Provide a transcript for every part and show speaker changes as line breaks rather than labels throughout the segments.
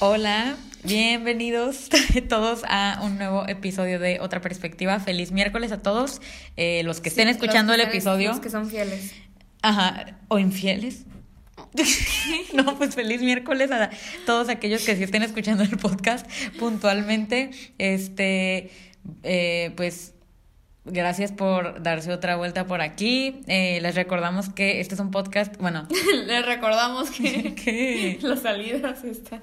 hola. Bienvenidos todos a un nuevo episodio de Otra Perspectiva. Feliz miércoles a todos eh, los que estén
Sí,
escuchando
los
el
que son-
episodio.
Los que son fieles.
Ajá, o infieles. no, pues feliz miércoles a todos aquellos que sí estén escuchando el podcast puntualmente. Este, eh, pues gracias por darse otra vuelta por aquí. Eh, les recordamos que este es un podcast, bueno,
Les recordamos que
que
las salidas están.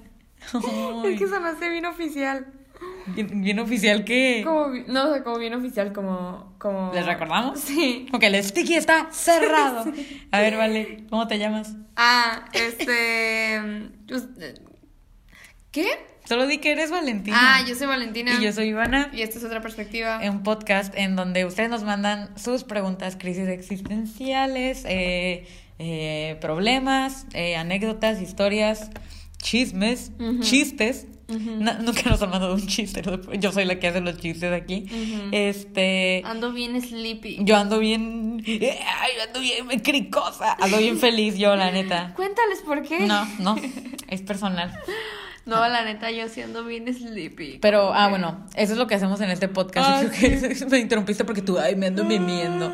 Ay,
Es que sonaste bien oficial.
bien, bien oficial que
Como, bi- no, o sea, como bien oficial, como. como...
les recordamos.
Sí.
Porque el sticky está cerrado. A ver, vale, ¿cómo te llamas?
Ah, este. pues, ¿Qué?
Solo di que eres Valentina.
Ah, yo soy Valentina.
y yo soy Em, Ivana.
Y esta es otra perspectiva.
un podcast en donde ustedes nos mandan sus preguntas, crisis existenciales, eh, eh, problemas, eh, anécdotas, historias, chismes,
Ujú.
chistes.
Ujú.
Na- nunca nos han mandado un chiste, ¿no? yo soy la que hace los chistes aquí.
Ujú. Ah.
Este,
Ando bien sleepy.
yo ando bien, eh, ay, ando bien cricosa, ando bien feliz yo, la neta.
Cuéntales por qué.
No, no, es personal.
No, la neta, yo sí ando bien sleepy.
Pero,
como
ah,
que-
bueno, eso es lo que hacemos en este podcast.
Ah,
Creo que me interrumpiste porque tú, ay, me ando mimiendo.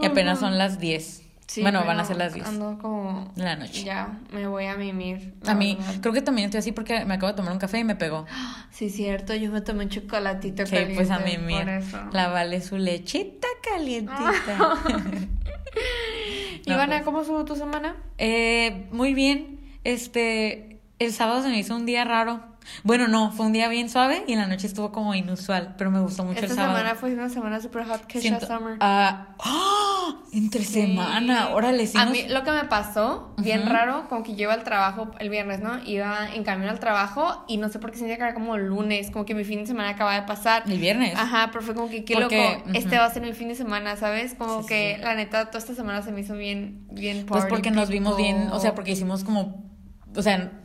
Y apenas son las 10.
Sí,
bueno,
pero
van a ser las 10
Ando como.
de la noche.
Ya, me voy a mimir. la
A mí,
verdad.
creo que también estoy así porque me acabo de tomar un café y me pegó.
Sí, cierto, yo me tomé un chocolatito
Sí, pues a mí,
caliente, por
mira,
eso.
la vale su lechita calientita.
Ah.
No,
Ivana,
pues.
¿cómo estuvo tu semana?
Eh, muy bien. Este, el sábado se me hizo un día raro. Bueno, no, fue un día bien suave y en la noche estuvo como inusual, pero me gustó mucho
Esta
el sábado.
semana fue una semana super hot que
Siento-
Summer.
Ah, ¡ah! entre semana, órale, sí.
A
nos-
mí lo que me pasó, bien
Ujú.
raro, como que yo iba al trabajo el viernes, ¿no? Iba en camino al trabajo y no sé por qué sentía que era como lunes, como que mi fin de semana acaba de pasar.
El viernes.
Ajá, pero fue como que qué
Porque,
loco. Este
ujú.
va a ser mi fin de semana, ¿sabes?
Sí,
Como
sí,
que
sí.
la neta, toda esta semana se me hizo bien, bien
Pues
party
porque nos vimos
people.
bien, o sea, porque hicimos como, o sea,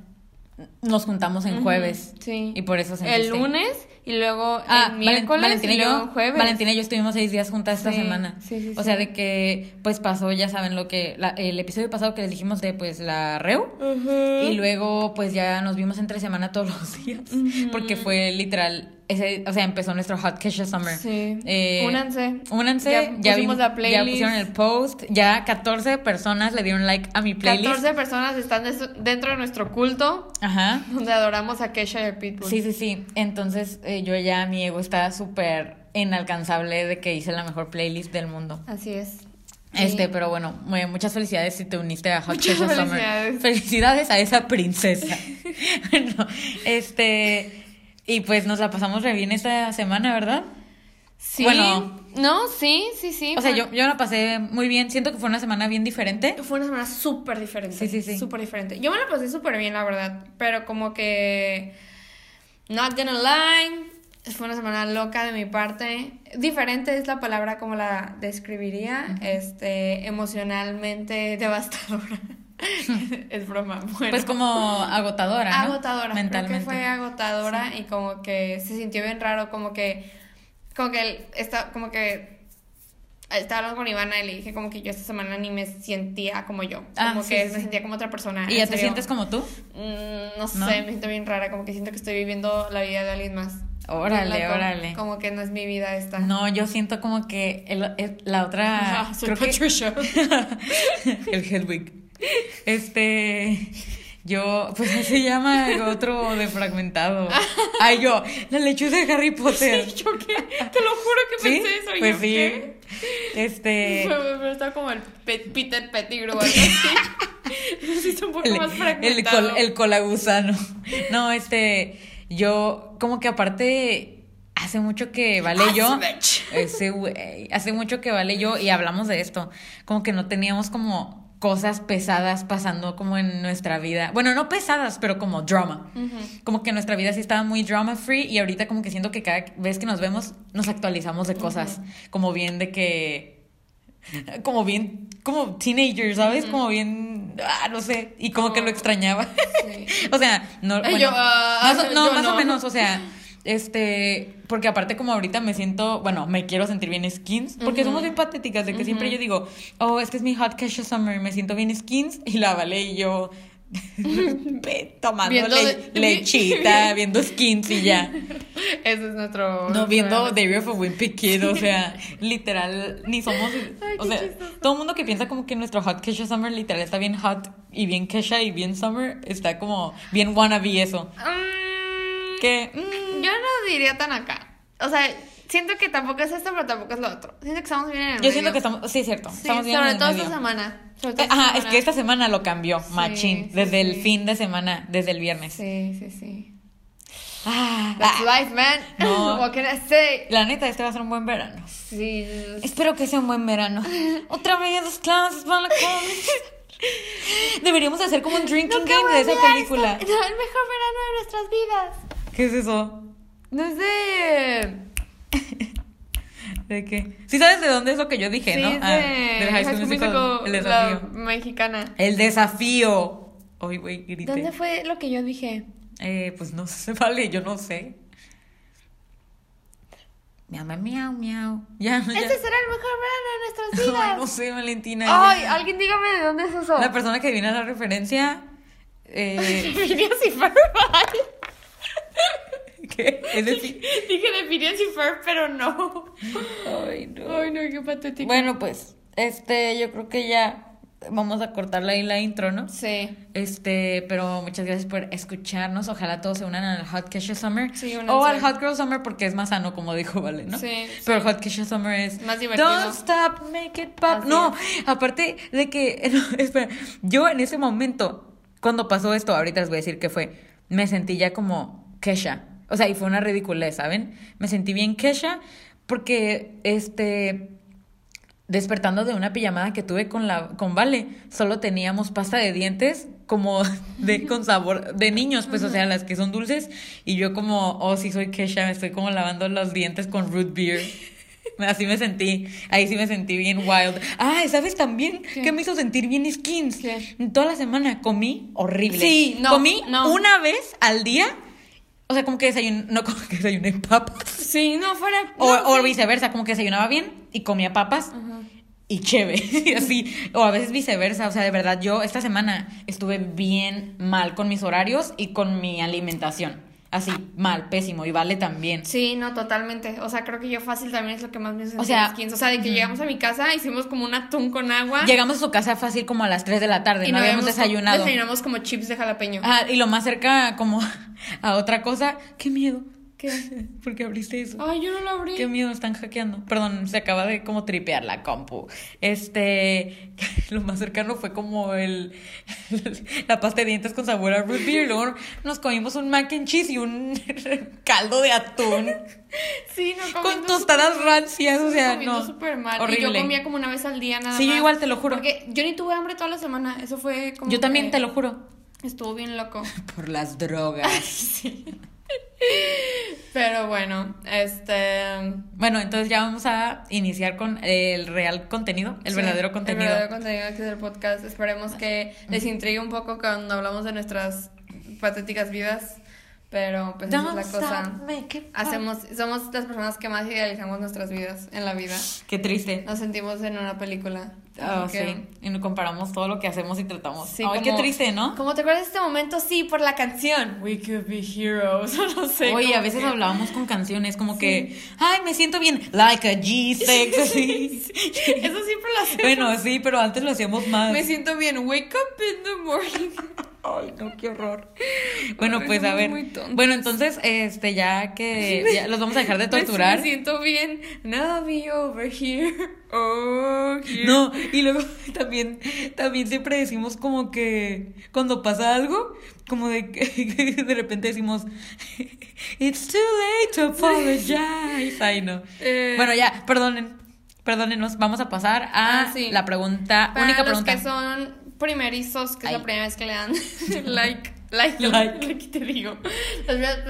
nos juntamos en
Ujú,
jueves.
Sí.
Y por eso sentiste.
El lunes y luego
Ah,
el
Valen-
miércoles
Valentina
y luego
yo,
el jueves.
Valentina y yo estuvimos seis días juntas esta
Sí,
semana.
sí, sí,
o sea,
sí.
de que, pues pasó, ya saben, lo que, la- el episodio pasado que les dijimos de, pues, la Reu. Y luego, pues ya nos vimos entre semana todos los días.
Ujú.
Porque fue literal, ese, o sea, empezó nuestro Hot Kesha Summer.
Sí.
Eh,
Únanse.
Únanse,
Ya
ya,
pusimos
vimos-
la playlist.
Ya pusieron el post, ya 14 personas le dieron like a mi playlist.
14 personas están des- dentro de nuestro culto
Ajá.
donde adoramos a Kesha y a Pitbull.
Sí, sí, sí. Entonces eh, yo ya mi ego está súper inalcanzable de que hice la mejor playlist del mundo.
Así es.
Este,
Sí.
pero bueno, mu- muchas felicidades si te uniste a Hot
Muchas
Chicks Summer.
felicidades.
Felicidades a esa princesa. bueno, este y pues nos la pasamos re bien esta semana, ¿verdad?
Sí.
bueno.
No, sí, sí, sí.
O sea,
fue-
yo, yo la pasé muy bien. Siento que fue una semana bien diferente.
Fue una semana súper diferente.
Sí, sí, sí.
Súper diferente. Yo me la pasé súper bien, la verdad. Pero como que. Not gonna lie. Fue una semana loca de mi parte. Diferente es la palabra como la describiría. Este. Emocionalmente devastadora. es broma. Bueno.
Pues como agotadora, ¿no?
Agotadora.
Mentalmente.
Creo que fue agotadora y como que se sintió bien raro, como que, como que, él está, como que estaba hablando con Ivana y le dije como que yo esta semana ni me sentía como yo, como
Ah, sí,
que
sí,
me
sí.
sentía como otra persona.
¿Y
en
ya te
serio.
sientes como tú?
Mm, no sé,
¿No?
me siento bien rara, como que siento que estoy viviendo la vida de alguien más.
Órale,
Bien loco,
órale.
Como que no es mi vida esta.
No, yo siento como que el- el- la otra.
Ajá, soy
creo que-
Patricia.
el Hedwig. Este. Yo, pues así se llama el otro de fragmentado. Ay, yo, la lechuza de Harry Potter.
Sí, yo qué, te lo juro que
¿Sí?
pensé eso.
Pues
yo,
sí.
¿qué?
Este.
Pero, pero está como el Pe- Peter Pettigrew o algo así. Sí, está un poco
El,
más
el,
fragmentado.
col, el colagusano. No, este. Yo, como que aparte, hace mucho que Vale y yo.
Asbach.
Ese güey. Hace mucho que Vale y yo, y hablamos de esto, como que no teníamos como cosas pesadas pasando como en nuestra vida. Bueno, no pesadas, pero como drama. Como que nuestra vida sí estaba muy drama free y ahorita como que siento que cada vez que nos vemos nos actualizamos de cosas. Como bien de que... Como bien... Como teenagers, ¿sabes? Como bien... Ah, no sé. Y como que lo
Como-
extrañaba.
Sí.
O sea, no.
Ay,
bueno,
yo, ah,
más o- no,
yo
más o
no.
menos, o sea, este. Porque aparte, como ahorita me siento, bueno, me quiero sentir bien skins. Porque somos bien patéticas, de que siempre yo digo, oh, es que es mi hot cash summer, me siento bien skins. Y la vale y yo, tomando
Viendo
le-
de-
lechita, viendo skins y ya.
Ese es nuestro.
No, viendo The Real of a Wimpy Kid, o sea, literal, ni somos.
Ay,
o
qué
sea,
chistoso.
todo el mundo que piensa como que nuestro Hot Kesha Summer literal está bien hot y bien Kesha y bien Summer, está como bien wannabe eso.
Mm,
Que. mm,
Yo no diría tan acá. O sea, siento que tampoco es esto, pero tampoco es lo otro. Siento que estamos bien en el
yo siento
medio.
que estamos. Sí, es cierto.
Sí,
estamos bien en
sobre
el
todo
medio.
esta semana. Sobre todo
Eh,
esta
Ajá, es
semana.
que esta semana lo cambió,
Sí,
machín.
sí,
Desde el
sí.
fin de semana, desde el viernes.
Sí, sí, sí.
Ah,
That's
ah,
life, man.
No.
What can I say?
la neta, este va a ser un buen verano.
Sí.
Espero que sea un buen verano. Otra vez los clases van a comer. Deberíamos hacer como un drinking game de esa película.
No, el mejor verano de nuestras vidas.
¿Qué es eso?
No sé.
¿De qué? Sí sabes de dónde es lo que yo dije,
Sí,
¿no?
es
Ah,
de
del High School Musical, el
la
desafío.
mexicana.
El desafío. Oye, güey, grité.
¿Dónde fue lo que yo dije?
Eh, pues no sé, vale, yo no sé. Miau, miau, miau, miau. Ya, ya.
Este será el mejor verano de nuestras vidas.
Ay, no sé, Valentina. ya.
Ay, alguien dígame de dónde es eso.
La persona que adivina la referencia. Eh,
Phineas y Ferb.
¿Qué? Es decir.
Dije de Phineas y Ferb, pero no.
Ay, no.
Ay, no, qué patético.
Bueno, pues, este, yo creo que ya vamos a cortarla ahí la intro, ¿no?
Sí.
Este, pero muchas gracias por escucharnos. Ojalá todos se unan al Hot Kesha Summer.
Sí, únanse.
o al Hot Girl Summer porque es más sano, como dijo Vale, ¿no?
Sí,
Pero el Hot Kesha Summer es.
Más divertido.
Don't stop, make it pop.
Así
no, aparte de que. no, espera, yo en ese momento, cuando pasó esto, ahorita les voy a decir que fue. Me sentí ya como Kesha. O sea, y fue una ridiculez, ¿saben? Me sentí bien Kesha porque este despertando de una pijamada que tuve con la con Vale, solo teníamos pasta de dientes como de con sabor de niños, pues o sea, las que son dulces y yo como, oh, sí soy Kesha, me estoy como lavando los dientes con root beer. Así me sentí, ahí sí me sentí bien wild. Ah, ¿sabes también
¿Qué?
que me hizo sentir bien skins?
¿Qué?
Toda la semana comí horrible.
Sí, no,
Comí
no.
una vez al día. O sea, como que desayuné, no como que desayuné papas.
Sí, no, fuera.
O,
no,
o
sí.
viceversa, como que desayunaba bien y comía papas
Ajá.
y chévere, y así, o a veces viceversa, o sea, de verdad, yo esta semana estuve bien mal con mis horarios y con mi alimentación, así, mal, pésimo, y vale también.
Sí, no, totalmente. O sea, creo que yo fácil también es lo que más me sentí.
O sea,
en skins. o sea, de que llegamos a mi casa, hicimos como un atún con agua.
Llegamos a su casa fácil como a las 3 de la tarde, no, habíamos
habíamos-
desayunado.
Desayunamos como chips de jalapeño.
Ah, y lo más cerca como a otra cosa, qué miedo,
¿Qué?
porque abriste eso.
Ay, yo no lo abrí.
Qué miedo, están hackeando. Perdón, se acaba de como tripear la compu. Este, lo más cercano fue como el, la pasta de dientes con sabor a root beer. Luego nos comimos un mac and cheese y un caldo de atún
Sí, no
con
comiendo
tostadas rancias, o sea,
comiendo
no.
súper mal.
Horrible.
Y yo comía como una vez al día nada
Sí, yo
más.
igual, te lo juro.
Porque yo ni tuve hambre toda la semana. Eso fue como.
Yo también
que
te lo juro.
Estuvo bien loco.
Por las drogas.
Pero bueno, este.
Bueno, entonces ya vamos a iniciar con el real contenido, el
sí,
verdadero contenido.
El verdadero contenido que es el podcast. Esperemos que les intrigue un poco cuando hablamos de nuestras patéticas vidas. Pero pues esa es la
Don't
cosa.
stop, make it pop.
Hacemos, somos las personas que más idealizamos nuestras vidas en la vida.
Qué triste.
Nos sentimos en una película.
Ah,
Así que-
sí. Y nos comparamos todo lo que hacemos y tratamos.
Sí,
Ay, qué
como-
triste, ¿no?
Como te acuerdas de este momento, sí, por la canción. We could be heroes, o no sé.
Oye,
como
a veces
que-
hablábamos con canciones como que, ay, me siento bien, like a G-Sex, así.
Eso siempre lo hacemos.
bueno, sí, pero antes lo hacíamos más.
Me siento bien. Wake up in the morning.
Ay, no, qué horror. Bueno,
Ay,
pues a
somos
ver.
muy tontos.
Bueno, entonces, este, ya que ya los vamos a dejar de torturar.
Me siento bien. Now be over here. Oh, here.
No, y luego también, también siempre decimos como que cuando pasa algo, como de que de repente decimos, It's too late to apologize. Ay, no.
Eh.
Bueno, ya, perdonen, perdónenos, vamos a pasar a
Ah, sí.
la pregunta,
Para
única
los
pregunta.
que son primerizos, que es
Ay.
la primera vez que le dan like, like,
Like.
like, aquí te digo.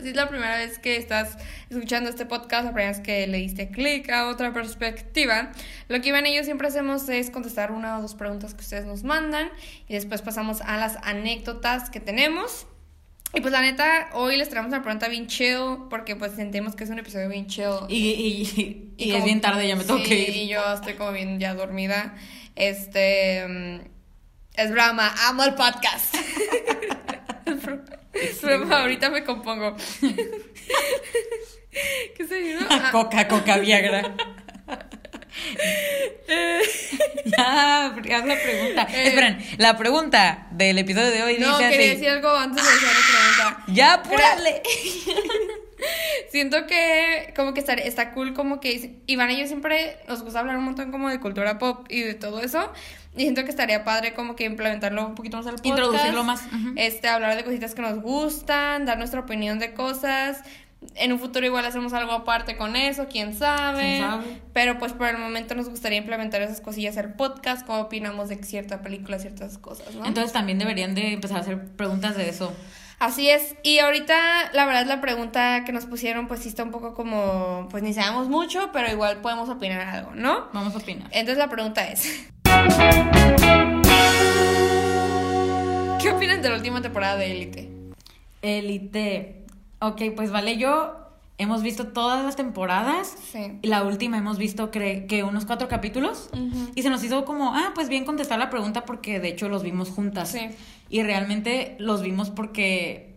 Si es la primera vez que estás escuchando este podcast, la primera vez que le diste clic a otra perspectiva, lo que Iván y yo siempre hacemos es contestar una o dos preguntas que ustedes nos mandan y después pasamos a las anécdotas que tenemos. Y pues la neta, hoy les traemos una pregunta bien chill, porque pues sentimos que es un episodio bien chill.
Y, y, y, y es
como-
bien tarde, ya me tengo
sí,
que ir.
Y yo estoy como bien ya dormida. Este. mm, Es broma, amo el podcast. Broma, ahorita me compongo. ¿Qué se vino? Ah,
Coca, Coca, Viagra.
eh,
ya, haz la pregunta.
Eh.
Esperen, la pregunta del episodio de hoy
no,
dice así.
quería decir algo antes de hacer la pregunta.
Ya, apúrale.
Siento que como que está, está cool como que Iván y yo siempre nos gusta hablar un montón como de cultura pop y de todo eso. Y siento que estaría padre como que implementarlo un poquito más al podcast.
Introducirlo más, ujú.
Este, hablar de cositas que nos gustan, dar nuestra opinión de cosas. En un futuro igual hacemos algo aparte con eso, quién sabe.
¿Quién sabe?
Pero pues por el momento nos gustaría implementar esas cosillas al podcast, cómo opinamos de cierta película, ciertas cosas, ¿no?
Entonces también deberían de empezar a hacer preguntas de eso.
Así es, y ahorita la verdad la pregunta que nos pusieron pues sí está un poco como, pues ni sabemos mucho, pero igual podemos opinar algo, ¿no?
Vamos a opinar.
Entonces la pregunta es... ¿Qué opinan de la última temporada de Élite?
Elite. Ok, pues vale, yo hemos visto todas las temporadas.
Sí.
Y la última hemos visto cre- que unos cuatro capítulos. Y se nos hizo como, ah, pues bien contestar la pregunta porque de hecho los vimos juntas.
Sí.
Y realmente los vimos porque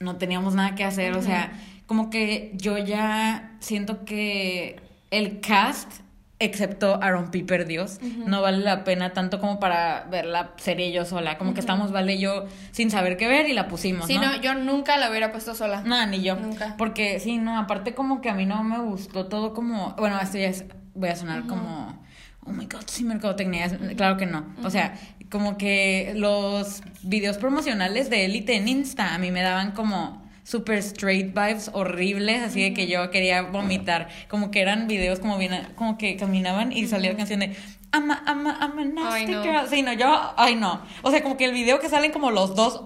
no teníamos nada que hacer. O sea, como que yo ya siento que el cast, excepto Aaron Piper, Dios, no vale la pena tanto como para ver la serie yo sola. Como que estamos, vale, yo sin saber qué ver y la pusimos.
Sí,
¿no?
no, yo nunca la hubiera puesto sola.
No, ni yo.
Nunca.
Porque sí, no, aparte como que a mí no me gustó todo como, bueno, esto ya es, voy a sonar como, oh my god, sí, mercadotecnia, es- claro que no. O sea, como que los videos promocionales de élite en Insta a mí me daban como super straight vibes horribles, así de que yo quería vomitar, como que eran videos como bien, como que caminaban y salía la canción de... Ama, ama, ama, nasty
Ay, no.
girl. Sí, no, yo, ay, no. O sea, como que el video que salen como los dos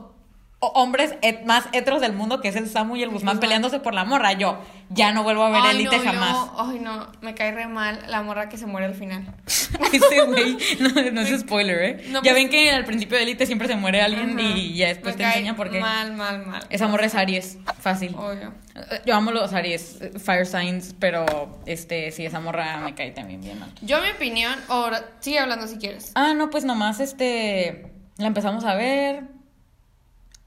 o- hombres het- más heteros del mundo, que es el Samu y el Guzmán, peleándose por la morra, yo ya no vuelvo a ver
Ay,
Elite
no,
jamás.
yo- ay, no, me cae re mal la morra que se muere al final.
Ese güey, no, no es spoiler, ¿eh?
No,
ya
pues-
ven que al principio de Elite siempre se muere alguien
Ajá.
y ya después
Me
te
cae
enseñan por qué.
Mal, Oh. mal, mal.
Esa morra es Aries, fácil.
Obvio.
Eh, Yo amo los Aries, eh, Fire Signs, pero este, sí, esa morra me cae también bien mal.
Yo mi opinión, ahora sigue hablando si quieres.
Ah, no, pues nomás este, la empezamos a ver.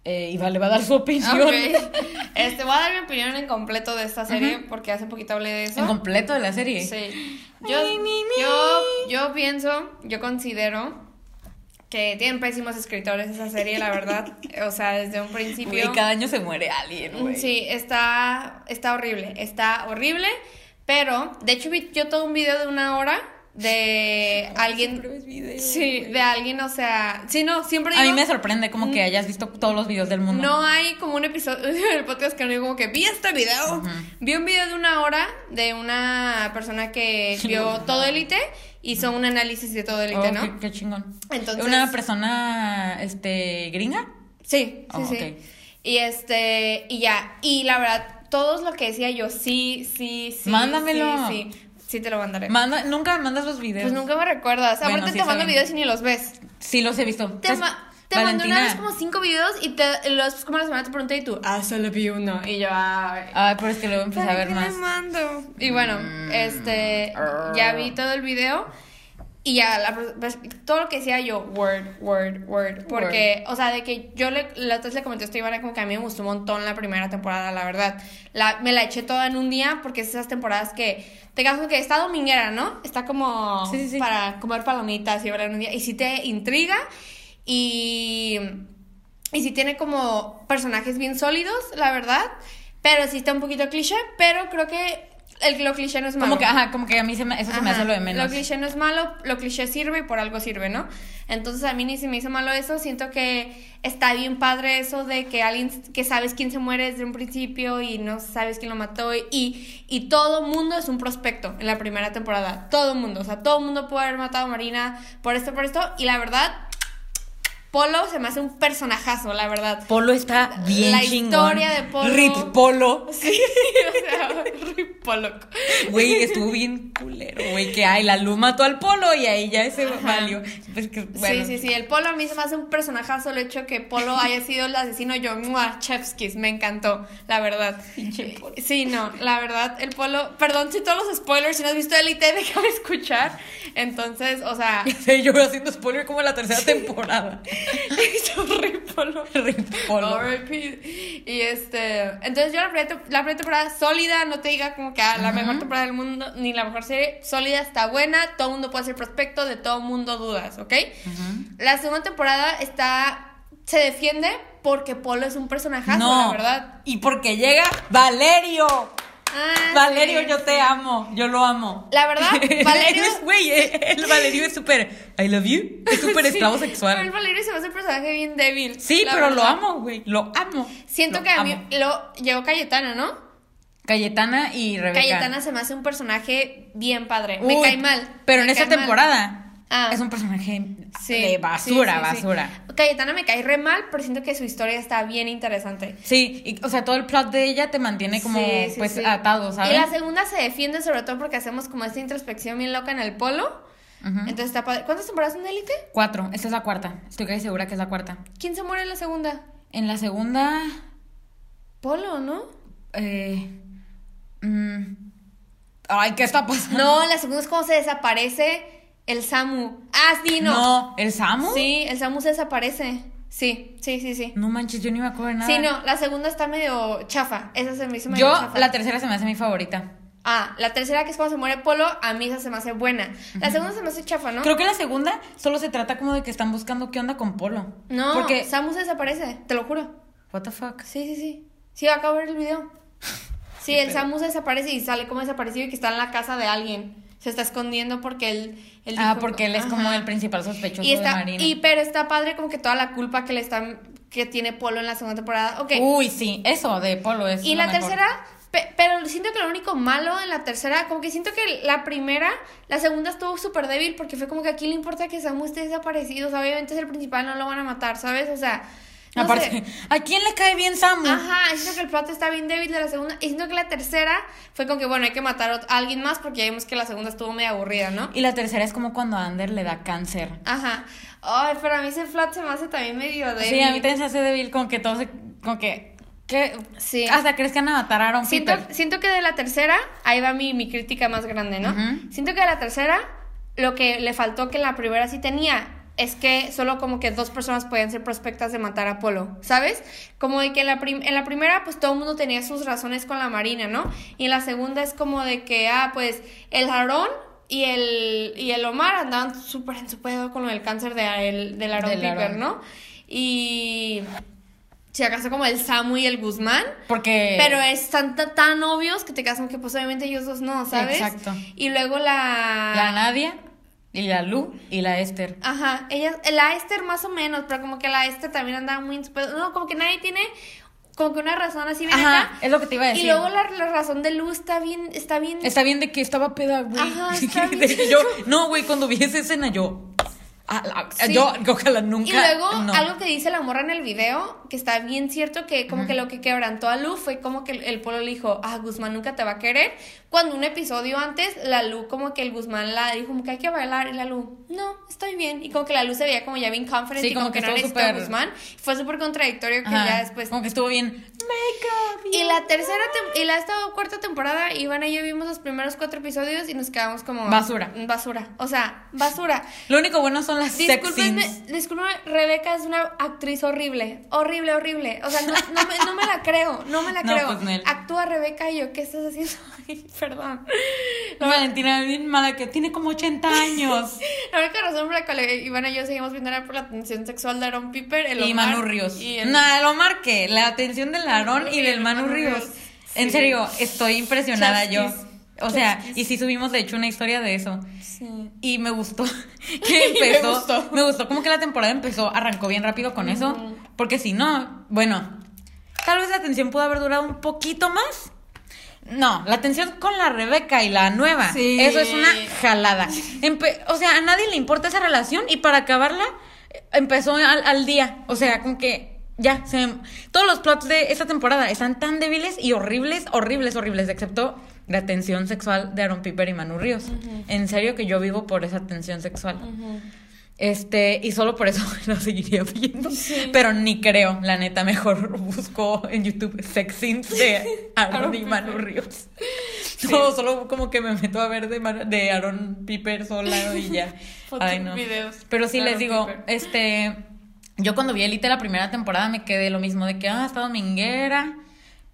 eh, y vale, va a dar su opinión.
Ok. Este, voy a dar mi opinión en completo de esta serie porque hace poquito hablé de
En
eso.
completo de la serie.
Sí. Yo,
Ay, mi, mi.
yo, yo pienso, yo considero que tienen pésimos escritores esa serie, la verdad. O sea, desde un
Güey,
principio.
cada año se muere alguien, güey.
Sí, está, está horrible, está horrible, pero de hecho vi yo todo un video de una hora de
siempre
alguien,
ves videos,
sí,
güey.
de alguien, o sea, sí, no, siempre
A mí
digo,
me sorprende como que hayas visto todos los videos del mundo.
Mm. no hay como un episodio del podcast que no digo como que vi este video, vi un video de una hora de una persona que vio todo élite, hizo un análisis de todo élite,
Oh,
¿no?
qué, qué chingón.
Entonces-
Una persona, este, gringa.
Sí, sí,
Oh,
sí.
ok.
Y este, y ya, y la verdad, todos lo que decía yo, sí, sí, sí.
Mándamelo.
Sí, sí, sí te lo mandaré.
Manda, nunca me mandas los videos.
pues nunca me recuerdas.
Bueno,
Aparte
sí
te
está
mando
bien.
videos y ni los ves.
Sí, los he visto.
Te,
Pues,
ma- te mandé una
Valentina.
vez como cinco videos y te, los como a la semana te pregunté y tú, ah, solo vi uno. Y yo, ah,
Ay, pero es que luego empecé a ver
qué
más.
le mando? Y bueno,
Mm.
este,
Arr.
ya vi todo el video y ya la pers- pues, todo lo que decía yo, word, word, word, porque, o sea, de que yo le, la otra vez le comenté esto a Ivana como que a mí me gustó un montón la primera temporada, la verdad. La, me la eché toda en un día porque es esas temporadas que, te caso que está dominguera, ¿no? Está como
Sí, sí, sí.
para comer palomitas y hablar en un día. Y si te intriga y... Y sí tiene como personajes bien sólidos, la verdad. Pero sí está un poquito cliché, pero creo que el, lo cliché no es malo.
Como que, ajá, como que a mí se me- eso se me
Ajá,
hace lo de menos.
cliché no es malo, lo cliché sirve y por algo sirve, ¿no? Entonces a mí ni se me hizo malo eso. Siento que está bien padre eso de que alguien que sabes quién se muere desde un principio y no sabes quién lo mató. Y, y, y todo mundo es un prospecto en la primera temporada. Todo mundo. O sea, todo mundo puede haber matado a Marina por esto, por esto. Y la verdad, Polo se me hace un personajazo, la verdad.
Polo está bien
La
chingón.
historia de Polo.
Rip Polo.
Sí, o sea, Rip Pollock.
Güey, estuvo bien culero, güey, que ay, la luz mató al polo y ahí ya ese
Ajá.
valió. Pues que, bueno,
Sí, sí, sí. El Polo a mí se me hace un personajazo el hecho que Polo haya sido el asesino. Yo, mua, chef's kiss, me encantó, la verdad. Eh,
Pinche Polo.
Sí, no, la verdad, el Polo. Perdón si todos los spoilers, si no has visto el IT, déjame escuchar. Entonces, o sea,
sí. Yo haciendo spoiler como la tercera temporada.
hizo Rip Polo.
Rip Polo.
R.I.P.. Y este, entonces yo la primera, tem- la primera temporada sólida, no te diga como que ah, la mejor temporada del mundo, ni la mejor serie, sólida está buena, todo mundo puede ser prospecto, de todo mundo dudas, ¿ok?
Ujú.
La segunda temporada está, se defiende porque Polo es un personajazo, la verdad.
Y porque llega Valerio.
Ah,
Valerio,
sí.
yo te amo. Yo lo amo.
La verdad, Valerio-
Es- Güey, eh, el Valerio es súper. I love you. Es súper
Sí,
esclavo
Pero el
sexual.
Valerio se me hace un personaje bien débil.
Sí,
la
pero lo
verdad.
amo, güey. Lo amo.
Siento
Lo
que a mí
amo.
lo llegó Cayetana, ¿no?
Cayetana y Rebeca.
Cayetana se me hace un personaje bien padre.
Uy,
me cae mal.
Pero en
me
esta
cae mal.
temporada
Ah.
es un personaje
Sí,
de basura,
sí, sí, sí.
basura.
Cayetana me cae re mal, pero siento que su historia está bien interesante.
Sí, y, o sea, todo el plot de ella te mantiene como
Sí, sí,
pues
sí.
atado, ¿sabes?
Y la segunda se defiende sobre todo porque hacemos como esta introspección bien loca en el polo.
Ujú.
Entonces está padre. ¿Cuántas temporadas en élite?
Cuatro, esta es la cuarta. Estoy casi segura que es la cuarta.
¿Quién se muere en la segunda?
En la segunda,
Polo, ¿no?
eh, mm, ay, ¿qué está pasando?
No, la segunda es cuando se desaparece el Samu. Ah, sí, no.
¿el Samu?
Sí, el Samu se desaparece. Sí, sí, sí, sí.
No manches, yo ni me acuerdo de nada.
Sí, no, la segunda está medio chafa. Esa se me hizo medio
Yo,
chafa.
la tercera se me hace mi favorita.
Ah, la tercera que es cuando se muere Polo, a mí esa se me hace buena. La segunda se me hace chafa, ¿no?
Creo que la segunda solo se trata como de que están buscando qué onda con Polo.
No,
Porque,
Samus desaparece, te lo juro.
what the fuck?
Sí, sí, sí. Sí, acabo de ver el video. Sí, el Samus desaparece y sale como desaparecido y que está en la casa de alguien. Se está escondiendo porque él... él
ah,
dijo-
porque él es como
Ajá.
el principal sospechoso
y está,
de Marina.
y pero está padre como que toda la culpa que le están que tiene Polo en la segunda temporada. Ok.
Uy, sí, Uh, eso de Polo es
Y
lo
la
mejor.
tercera, pe- pero siento que lo único malo en la tercera, como que siento que la primera, la segunda estuvo súper débil porque fue como que aquí le importa que Samu esté desaparecido, o sea, obviamente es el principal, no lo van a matar, ¿sabes? O sea, no
Aparte,
sé.
¿a quién le cae bien Samu?
Ajá, siento que el plot está bien débil de la segunda. Y siento que la tercera fue como que, bueno, hay que matar a alguien más porque ya vimos que la segunda estuvo medio aburrida, ¿no?
Y la tercera es como cuando a Ander le da cáncer.
Ajá. Ay, pero a mí ese plot se me hace también medio débil.
Sí, a mí también se hace débil con que todos se- con que, que
Sí.
hasta crees que van a matar a Aaron
Siento,
Peter.
siento que de la tercera, ahí va mi, mi crítica más grande, ¿no?
Ujú.
Siento que de la tercera, lo que le faltó que en la primera sí tenía es que solo como que dos personas podían ser prospectas de matar a Polo, ¿sabes? Como de que en la, prim- en la primera, pues todo el mundo tenía sus razones con la Marina, ¿no? Y en la segunda es como de que, ah, pues el Aarón y el, y el Omar andaban súper en su pedo con lo del cáncer de, el, del Aarón
Del
Piper,
Aarón.
¿no? Y si acaso como el Samu y el Guzmán.
Porque
Pero están ta- tan obvios que te casan que pues obviamente ellos dos no, ¿sabes?
Exacto.
Y luego la...
la Nadia y la Lu y la Esther.
Ajá, ellas, la Esther más o menos, pero como que la Esther también andaba muy... en su pedo. No, como que nadie tiene como que una razón así bien
Ajá,
acá.
es lo que te iba a decir.
Y luego la, la razón de Luz está bien... Está bien...
Está bien de que estaba peda, güey.
Ajá, está bien.
De que yo, no, güey, cuando vi esa escena yo ah, la-
Sí.
yo ojalá
Y
nunca
luego
no.
algo que dice la morra en el video, que está bien cierto, que como que lo que quebrantó a Lu fue como que el, el polo le dijo, ah, Guzmán nunca te va a querer. Cuando un episodio antes, la Lu como que el Guzmán la dijo como que hay que bailar y la Lu, no, estoy bien. Y como que la Lu se veía como ya bien confident
Sí,
y como,
como
que,
que
no
estuvo
necesitaba a
súper-
Guzmán. Fue súper contradictorio que
Ajá, Oh,
ya después...
como que estuvo bien. Makeup.
Y la tercera tem- y la esta cuarta temporada, Iván y yo vimos los primeros cuatro episodios y nos quedamos como
Basura.
Basura. O sea, basura.
Lo único bueno son las sex
Disculpenme,
scenes.
discúlpame, Rebeca es una actriz horrible, horrible, horrible. O sea, no, no me, no me la creo, no me la
No,
creo.
pues, Nel.
Actúa Rebeca y yo, ¿qué estás haciendo? Ay, perdón.
No, Valentina bien mala que tiene como 80 años.
La única razón por la cual Iván y yo seguimos viendo era por la tensión sexual de Aaron Piper, el
y
Omar
Manu Ríos.
Y el...
Nada, lo marqué. La atención del Aarón y
Y
del
el
Manu
Manu
Ríos.
Ríos.
En
Sí.
serio, estoy impresionada yo.
Chasquis.
O sea,
Chasquis.
y sí subimos de hecho una historia de eso.
Sí.
Y me gustó que
Y me
empezó. me,
gustó.
gustó. como que la temporada empezó, arrancó bien rápido con eso. Porque si no, bueno, tal vez la tensión pudo haber durado un poquito más. No, la tensión con la Rebeca y la nueva.
Sí.
Eso es una jalada. Empe- o sea, a nadie le importa esa relación y para acabarla. eh, empezó al, al día. O sea, con que ya, se me- todos los plots de esta temporada están tan débiles y horribles, horribles, horribles, excepto la tensión sexual de Aaron Piper y Manu Ríos. En serio que yo vivo por esa tensión sexual. Este, y solo por eso lo seguiría viendo. Pero ni creo, la neta, mejor busco en YouTube sex scenes de Aaron
Aaron
y
Piper.
Manu Ríos. No, solo como que me meto a ver de, Mar- de Aaron Piper sola y ya.
Fotos,
Ay, no.
videos.
Pero sí
Claro,
les digo,
Piper.
este, yo cuando vi Elite la primera temporada me quedé lo mismo de que, ah, está dominguera.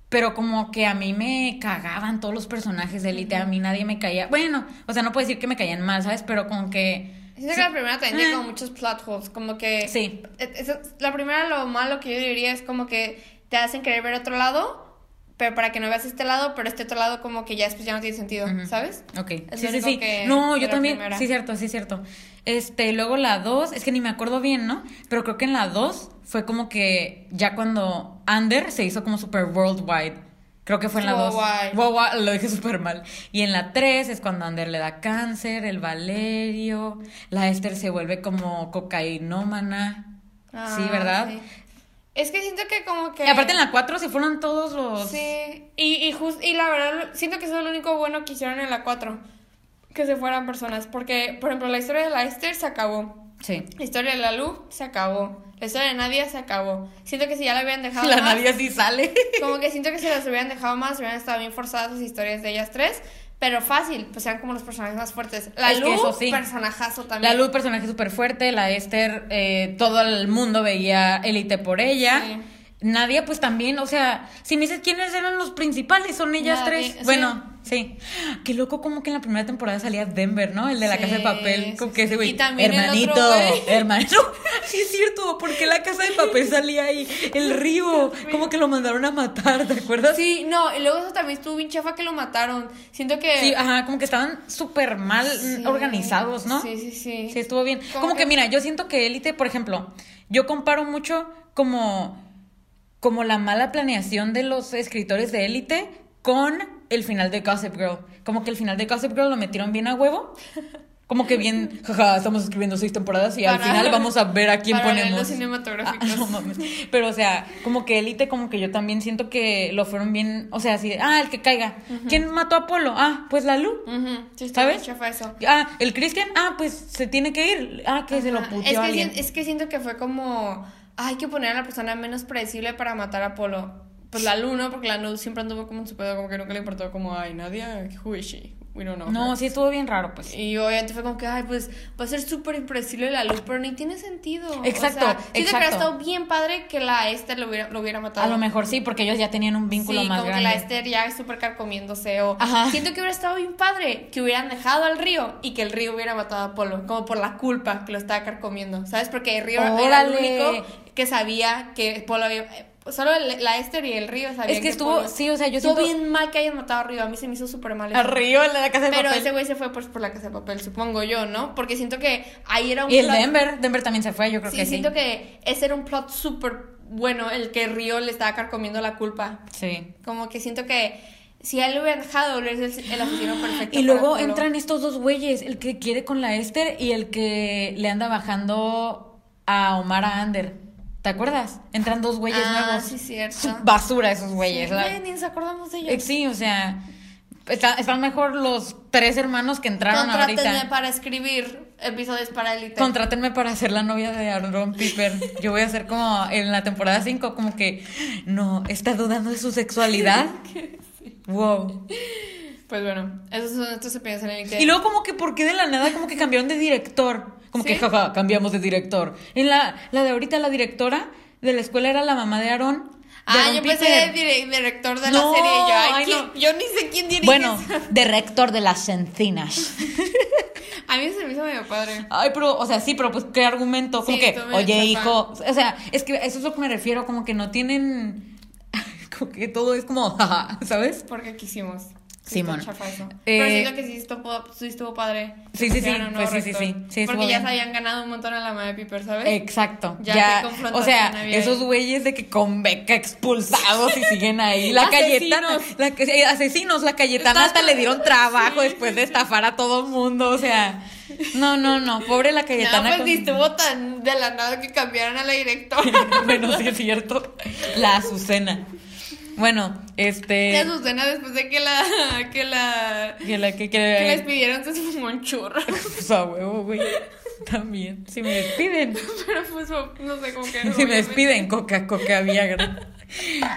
Pero como que a mí me cagaban todos los personajes de Elite, a mí nadie me caía. Bueno, o sea, no puedo decir que me caían mal, ¿sabes? Pero como que...
Siento que la primera también tiene
Ah.
como muchos plot holes, como que...
Sí.
Eh, eso- la primera, lo malo que yo diría es como que te hacen querer ver otro lado, pero para que no veas este lado, pero este otro lado como que ya después ya no tiene sentido,
Ujú.
¿sabes?
Ok.
Es
sí,
lo
sí,
único
sí.
que-
No,
de
yo
la
también.
primera.
Sí, cierto, sí, cierto. Este, luego la 2, es que ni me acuerdo bien, ¿no? Pero creo que en la 2 fue como que ya cuando Under se hizo como super worldwide. Creo que fue en la 2.
Worldwide.
Wow, lo dije súper mal. Y en la 3 es cuando Ander le da cáncer, el Valerio, la Esther se vuelve como cocainómana. sí,
Ah,
¿verdad?
sí. Es que siento que como que...
Y aparte en la 4 se fueron todos los...
Sí, y, y, jus- y la verdad, siento que eso es lo único bueno que hicieron en la 4, que se fueran personas, porque, por ejemplo, la historia de la Esther se acabó.
Sí.
La historia de la Luz se acabó. La historia de Nadia se acabó. Siento que si ya la hubieran dejado
La
más,
Nadia sí sale.
como que siento que si las hubieran dejado más, hubieran estado bien forzadas las historias de ellas tres. Pero fácil, pues sean como los personajes más fuertes. La
Es que
Luz,
eso sí.
personajazo también.
La Luz, personaje súper fuerte, la Esther, eh, todo el mundo veía Élite por ella.
Sí.
Nadia, pues también, o sea, si me dices quiénes eran los principales, son ellas
Nadia,
tres.
sí.
Bueno, sí. Qué loco como que en la primera temporada salía Denver, ¿no? El de la
Sí,
casa de papel, con
sí,
que ese
sí. Y
güey,
también el
hermanito,
otro güey".
hermano. Sí es cierto, porque la casa de papel salía ahí, el río, como que lo mandaron a matar, ¿te acuerdas?
Sí, no, y luego eso también estuvo bien chafa que lo mataron. Siento que.
Sí, ajá, como que estaban súper mal
Sí.
organizados, ¿no?
Sí, sí, sí.
Sí, estuvo bien.
Como
Como que,
que-
mira, yo siento que Élite, por ejemplo, yo comparo mucho como, como la mala planeación de los escritores de Élite con el final de Gossip Girl. Como que el final de Gossip Girl lo metieron bien a huevo. Como que bien, jaja, estamos escribiendo seis temporadas y al
Para-
final vamos a ver a quién
paralelos
ponemos.
cinematográficos.
Ah, no mames. Pero, o sea, como que Élite, como que yo también siento que lo fueron bien. O sea, así de, ah, el que caiga. ¿Quién mató a Polo? Ah, pues la Lu.
Ujú, sí, estuvo
¿Sabes?
bien chafa eso.
Ah, el Christian, ah, pues se tiene que ir. Ah, que se lo
Ajá,
puteó
es, que
alguien.
sien- es que siento que fue como. "Ah, Hay que poner a la persona menos predecible para matar a Polo. Pues la Lu, ¿no? Porque la Lu siempre anduvo como en su pedo, como que nunca le importó, como, ay, Nadia, who is she? We don't know. her".
No, sí estuvo bien raro, pues.
Y obviamente fue como que, ay, pues va a ser súper impredecible la luz, pero ni tiene sentido.
Exacto,
O sea, siento que hubiera
exacto.
estado bien padre que la Esther lo hubiera, lo hubiera matado.
A lo mejor sí, porque ellos ya tenían un vínculo
sí,
más
como
grande.
que la este- Esther ya es súper carcomiéndose. O
Ajá.
siento que hubiera estado bien padre que hubieran dejado al río y que el río hubiera matado a Polo, como por la culpa que lo estaba carcomiendo. ¿Sabes? Porque el río era el
Órale.
único que sabía que Polo había. eh, Solo el- la Esther y el río sabían.
Es que estuvo-
Polo-
sí, o sea, yo
Estuvo
siento-
bien mal que hayan matado a Río. A mí se me hizo súper mal. eso.
A Río, en la casa de
Pero
papel.
ese güey se fue pues por la casa de papel, supongo yo, ¿no? Porque siento que ahí era un
Y el
plot-
Denver, Denver también se fue, yo creo
Sí,
que sí.
siento que ese era un plot súper bueno, el que Río le estaba carcomiendo la culpa.
Sí.
Como que siento que si a él lo hubieran dejado, él es el, el asesino perfecto.
Y luego
para Polo.
entran estos dos güeyes, el que quiere con la Esther y el que le anda bajando a Omar a Ander. ¿Te acuerdas? Entran dos güeyes
Ah,
nuevos.
sí, cierto.
Su- Basura esos güeyes.
Sí,
la-
güey, ni nos acordamos de
Eh,
ellos.
Sí, o sea, está- están mejor los tres hermanos que entraron
Contrátenme
ahorita.
para escribir episodios para élite.
Contrátenme para ser la novia de Aaron Piper. Yo voy a ser como en la temporada 5, como que, no, está dudando de su sexualidad. Wow.
Pues bueno, esos son nuestros episodios en élite.
Y luego como que, ¿por qué de la nada como que cambiaron de director? Como que,
Sí.
jaja, cambiamos de director. En la, la de ahorita, la directora de la escuela era la mamá de Aaron. de
Ah,
Aaron
yo pensé
Piper.
en el director de
No,
la serie. Yo, ay,
ay,
¿quién-
no.
yo ni sé quién dirige.
Bueno,
eso.
director de las encinas.
A mí se me hizo medio padre.
Ay, pero, o sea, sí, pero pues qué argumento. Como
Sí,
que,
estuvo medio
oye,
chafa.
hijo. O sea, es que eso es lo que me refiero, como que no tienen. Como que todo es como, jaja, ¿sabes?
Porque quisimos. Sí,
Simón.
está chafa eso. Pero
Eh,
siento que sí estuvo, sí estuvo padre.
Sí, sí,
que
sí,
pusieran un nuevo
pues sí, sí,
rector.
sí, sí, estuvo
Porque ya se
bien.
habían ganado un montón a la madre Piper, ¿sabes?
Exacto.
Ya,
Ya.
qué confrontación
o sea,
había
esos
ahí.
güeyes de que con beca expulsados y siguen ahí. La Cayetana.
Asesinos.
La, que- eh, asesinos, la Cayetana hasta le dieron trabajo después de estafar a todo mundo. O sea, No, no, no. Pobre la Cayetana.
No, pues ni estuvo tan de la nada que cambiaron a la directora.
bueno, sí es cierto. La Azucena. Bueno, este.
La Azucena después de que la. que la.
Que la que, que-
que les pidieron se fumó un churro.
Pues a huevo, güey. También. Si me despiden.
Pero pues no sé cómo que.
Si me
obviamente.
despiden, coca, coca, Viagra.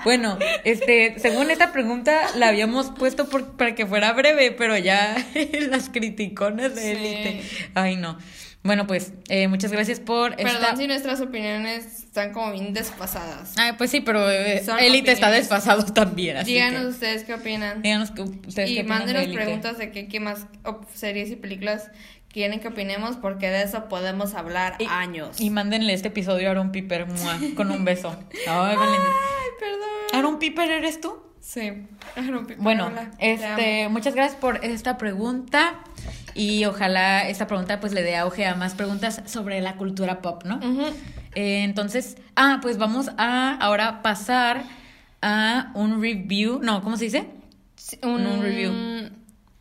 Bueno, este, según esta pregunta la habíamos puesto por- para que fuera breve, pero ya las criticonas de
Sí.
élite. Ay, no. Bueno, pues, eh, muchas gracias por
Perdón
esta.
si nuestras opiniones están como bien despasadas.
Ay, pues sí, pero eh,
Son
élite está
opiniones.
desfasado también. Así que-
Díganos ustedes qué opinan.
Ah, díganos que ustedes qué
Y
opinan
mándenos
de Élite.
preguntas de qué, qué más op- series y películas quieren que opinemos, porque de eso podemos hablar
Y-
años.
Y mándenle este episodio a Aaron Piper mua, con un beso. Ay, Valentín.
Ay, perdón.
Aaron Piper, ¿eres tú?
Sí. Aaron Piper,
Ah, Bueno,
hola, te amo.
este, muchas gracias por esta pregunta y ojalá esta pregunta pues le dé auge a más preguntas sobre la cultura pop, ¿no?
Ujú.
Eh, entonces, ah, pues vamos a ahora pasar a un review, no, ¿cómo se dice?
Sí, un,
un review.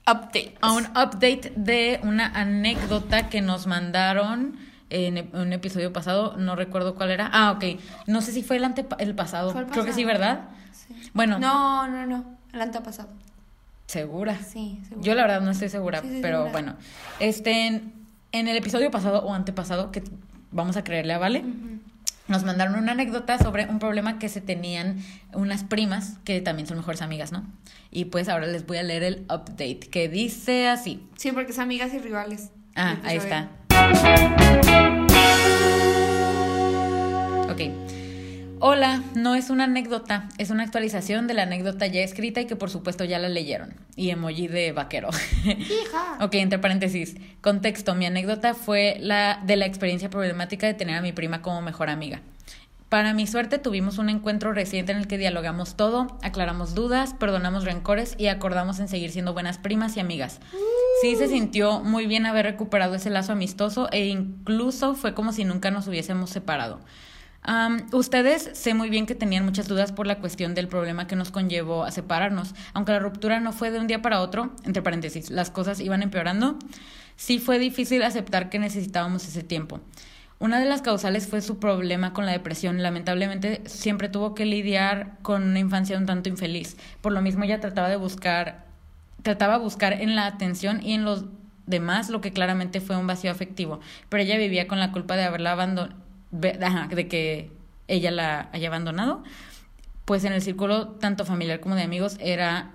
Update.
A un update de una anécdota que nos mandaron en e- un episodio pasado, no recuerdo cuál era. Ah, ok, no sé si fue el, antepa- el pasado,
Fue el
creo que sí,
pasado.
¿verdad?
Sí.
Bueno,
No, no, no. El antepasado.
segura.
Sí, seguro.
Yo la verdad no estoy segura,
Sí, sí,
pero
segura.
bueno. Este, en, en el episodio pasado o antepasado, que vamos a creerle a Vale,
Ujú.
nos mandaron una anécdota sobre un problema que se tenían unas primas, que también son mejores amigas, ¿no? Y pues ahora les voy a leer el update, que dice así.
Sí, porque es amigas y rivales.
Ah,
El
ahí
episodio.
está. Ok. Hola, no es una anécdota, es una actualización de la anécdota ya escrita y que por supuesto ya la leyeron. Y emoji de vaquero.
Hija.
Ok, entre paréntesis. Contexto, mi anécdota fue la de la experiencia problemática de tener a mi prima como mejor amiga. Para mi suerte tuvimos un encuentro reciente en el que dialogamos todo, aclaramos dudas, perdonamos rencores y acordamos en seguir siendo buenas primas y amigas. Sí se sintió muy bien haber recuperado ese lazo amistoso e incluso fue como si nunca nos hubiésemos separado. Am, ustedes sé muy bien que tenían muchas dudas por la cuestión del problema que nos conllevó a separarnos. Aunque la ruptura no fue de un día para otro, entre paréntesis, las cosas iban empeorando, sí fue difícil aceptar que necesitábamos ese tiempo. Una de las causales fue su problema con la depresión. Lamentablemente siempre tuvo que lidiar con una infancia un tanto infeliz. Por lo mismo ella trataba de buscar, trataba de buscar en la atención y en los demás lo que claramente fue un vacío afectivo. Pero ella vivía con la culpa de haberla abandonado, de que ella la haya abandonado. Pues en el círculo tanto familiar como de amigos era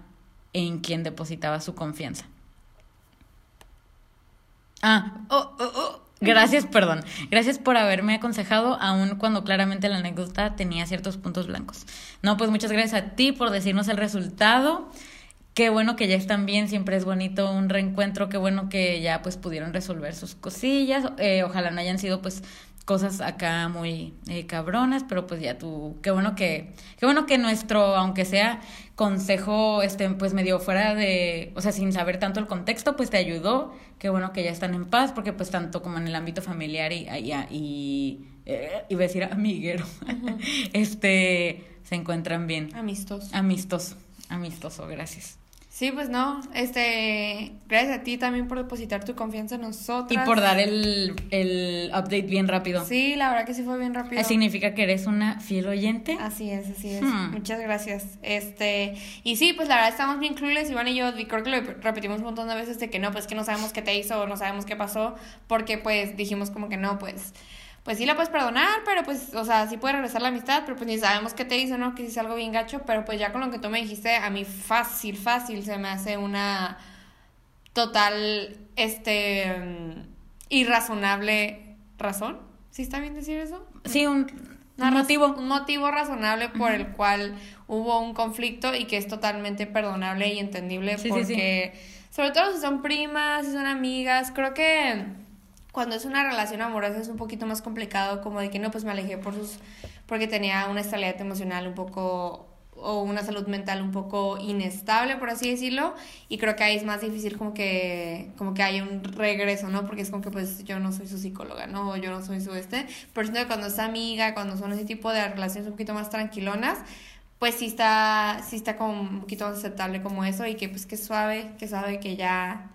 en quien depositaba su confianza. Ah,
Oh, oh, oh.
Gracias, perdón. Gracias por haberme aconsejado, aun cuando claramente la anécdota tenía ciertos puntos blancos. No, pues muchas gracias a ti por decirnos el resultado. Qué bueno que ya están bien, siempre es bonito un reencuentro, qué bueno que ya pues pudieron resolver sus cosillas. Eh, ojalá no hayan sido pues cosas acá muy eh, cabronas, pero pues ya tú, qué bueno que, qué bueno que nuestro, aunque sea consejo, este, pues medio fuera de, o sea, sin saber tanto el contexto, pues te ayudó, qué bueno que ya están en paz, porque pues tanto como en el ámbito familiar y, y, y eh, iba a decir amiguero, este, se encuentran bien.
Amistos.
Ah. Amistoso, amistoso, gracias.
Sí, pues no. Este, gracias a ti también por depositar tu confianza en nosotros.
Y por dar el, el update bien rápido.
Sí, la verdad que sí fue bien rápido.
Eh, Significa que eres una fiel oyente.
Así es, así es.
Hmm.
Muchas gracias. Este, y sí, pues la verdad estamos bien clueless, Iván y yo, y creo que lo repetimos un montón de veces de que no, pues que no sabemos qué te hizo, o no sabemos qué pasó, porque pues dijimos como que no, pues, pues sí la puedes perdonar, pero pues, o sea, sí puede regresar la amistad, pero pues ni sabemos qué te hizo, ¿no? Que sí es algo bien gacho, pero pues ya con lo que tú me dijiste, a mí fácil, fácil se me hace una total, este, mm, irrazonable razón. ¿Sí está bien decir eso?
Sí, un,
Una
un
raz-
motivo.
Un motivo razonable por el cual hubo un conflicto y que es totalmente perdonable y entendible
Sí, sí,
porque, sobre todo si son primas, si son amigas, creo que cuando es una relación amorosa es un poquito más complicado, como de que no, pues me alejé por sus, porque tenía una estabilidad emocional un poco o una salud mental un poco inestable, por así decirlo, y creo que ahí es más difícil como que, como que hay un regreso, ¿no? Porque es como que pues yo no soy su psicóloga, ¿no? O Yo no soy su este, pero siento que cuando es amiga, cuando son ese tipo de relaciones un poquito más tranquilonas, pues sí está, sí está como un poquito más aceptable como eso y que pues que suave, que suave que ya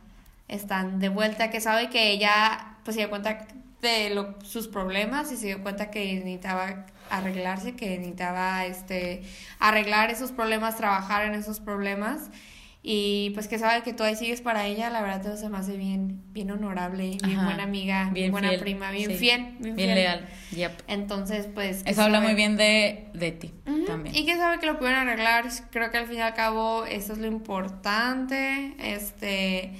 están de vuelta, que sabe que ella pues se dio cuenta de lo- sus problemas y se dio cuenta que necesitaba arreglarse, que necesitaba este, arreglar esos problemas, trabajar en esos problemas. Y pues que sabe que tú ahí sigues para ella, la verdad todo se me hace bien, bien honorable, bien
Ajá.
buena amiga, bien buena
fiel,
prima, bien
sí.
fiel, bien, fiel.
leal. Yep.
Entonces, pues... que
Eso habla
sabe-
muy bien de, de ti
Ujú,
también.
Y que sabe que lo pudieron arreglar. Creo que al fin y al cabo eso es lo importante. Este.